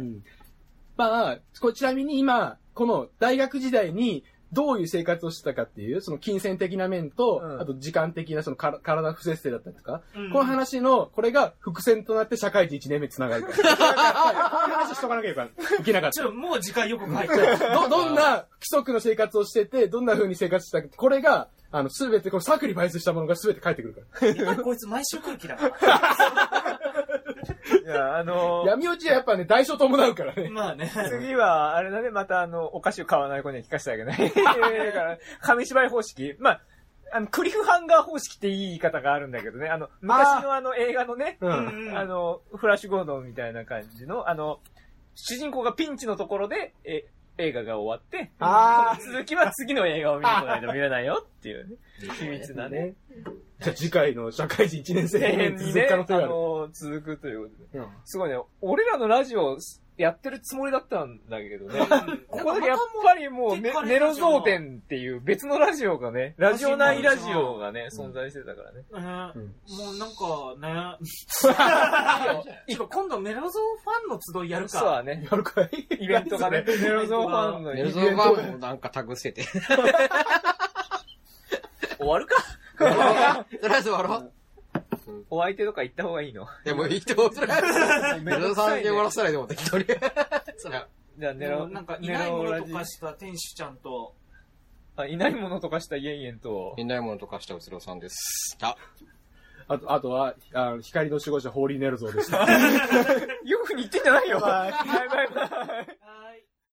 Speaker 2: まあ、こちなみに今、この大学時代に、どういう生活をしてたかっていう、その金銭的な面と、
Speaker 1: うん
Speaker 2: あと時間的なそのから体不節制だったりとか、
Speaker 4: うん
Speaker 2: この話の、これが伏線となって社会人1年目つながるから。この話しとかなければいけなかっ
Speaker 4: ち
Speaker 2: た。
Speaker 4: ょっともう次回予告入ってる。
Speaker 2: ど、どんな規則の生活をしてて、どんな風に生活してたか、これが、あの、すべて、このサクリバイスしたものがすべて返ってくるから。
Speaker 4: やっぱりこいつ毎週空気だから。
Speaker 1: いや、あ のー
Speaker 2: 闇落ちはやっぱね、代償伴うからね。
Speaker 4: まあね。
Speaker 1: 次は、あれだね、またあの、お菓子を買わない子には聞かせてあげ ない。だから、紙芝居方式。まあ、あの、クリフハンガー方式っていい言い方があるんだけどね、あの、昔のあの映画のね、
Speaker 2: う。
Speaker 4: うんん
Speaker 1: あの、フラッシュゴードンみたいな感じの、あの、主人公がピンチのところで、え、映画が終わって、
Speaker 2: あー
Speaker 1: 続きは次の映画を見に来ないと見れないよって いうね、秘密だね。
Speaker 2: じゃあ次回の社会人1年生
Speaker 1: 永遠
Speaker 2: 編
Speaker 1: に
Speaker 2: 続
Speaker 1: ね
Speaker 2: く可、能
Speaker 1: あ
Speaker 2: 性がある。
Speaker 1: の、続くということで。
Speaker 2: うん
Speaker 1: すごいね、俺らのラジオやってるつもりだったんだけどね。ここだけやっ
Speaker 4: なんかま
Speaker 1: ぱりもう
Speaker 4: なん
Speaker 1: メ
Speaker 4: かもう
Speaker 1: メロ増点っていう別のラジオがね、ラジオ内ラジオがね、存在してたからね。
Speaker 4: た
Speaker 2: う
Speaker 4: ね
Speaker 2: ん
Speaker 4: もうなんかね。ちょっと今度メロゾーファンの集いやる
Speaker 1: そう
Speaker 4: か。
Speaker 1: だね。
Speaker 2: やるかい
Speaker 1: イベント がね、メロ増ファンの
Speaker 5: メルゾーバーもなんかタグつけて。
Speaker 1: 終わるか
Speaker 5: とりあえず終わろう。
Speaker 1: お相手とか行った方がいいの。
Speaker 5: でも一応、それは、メ
Speaker 1: めんど
Speaker 5: ル
Speaker 1: く
Speaker 5: ゾーさ
Speaker 1: さ
Speaker 5: ん
Speaker 1: いね
Speaker 5: で終わらせたらいいと思って、一 人。それは。
Speaker 1: じゃあ、ネ
Speaker 4: でも
Speaker 1: ロ、
Speaker 4: なんかいない
Speaker 1: ネ
Speaker 4: もの
Speaker 1: ロ
Speaker 4: と
Speaker 1: ラ
Speaker 4: か
Speaker 1: ジ
Speaker 4: した天使ちゃんと、
Speaker 1: あいないものとかしたイエンイエンと
Speaker 5: い、ないものとかしたうつろさんでした。
Speaker 2: あと、あとは、あの光の守護者、ホーリーネルゾーでした。
Speaker 1: よく似てんじゃないよ。バイバイバイ。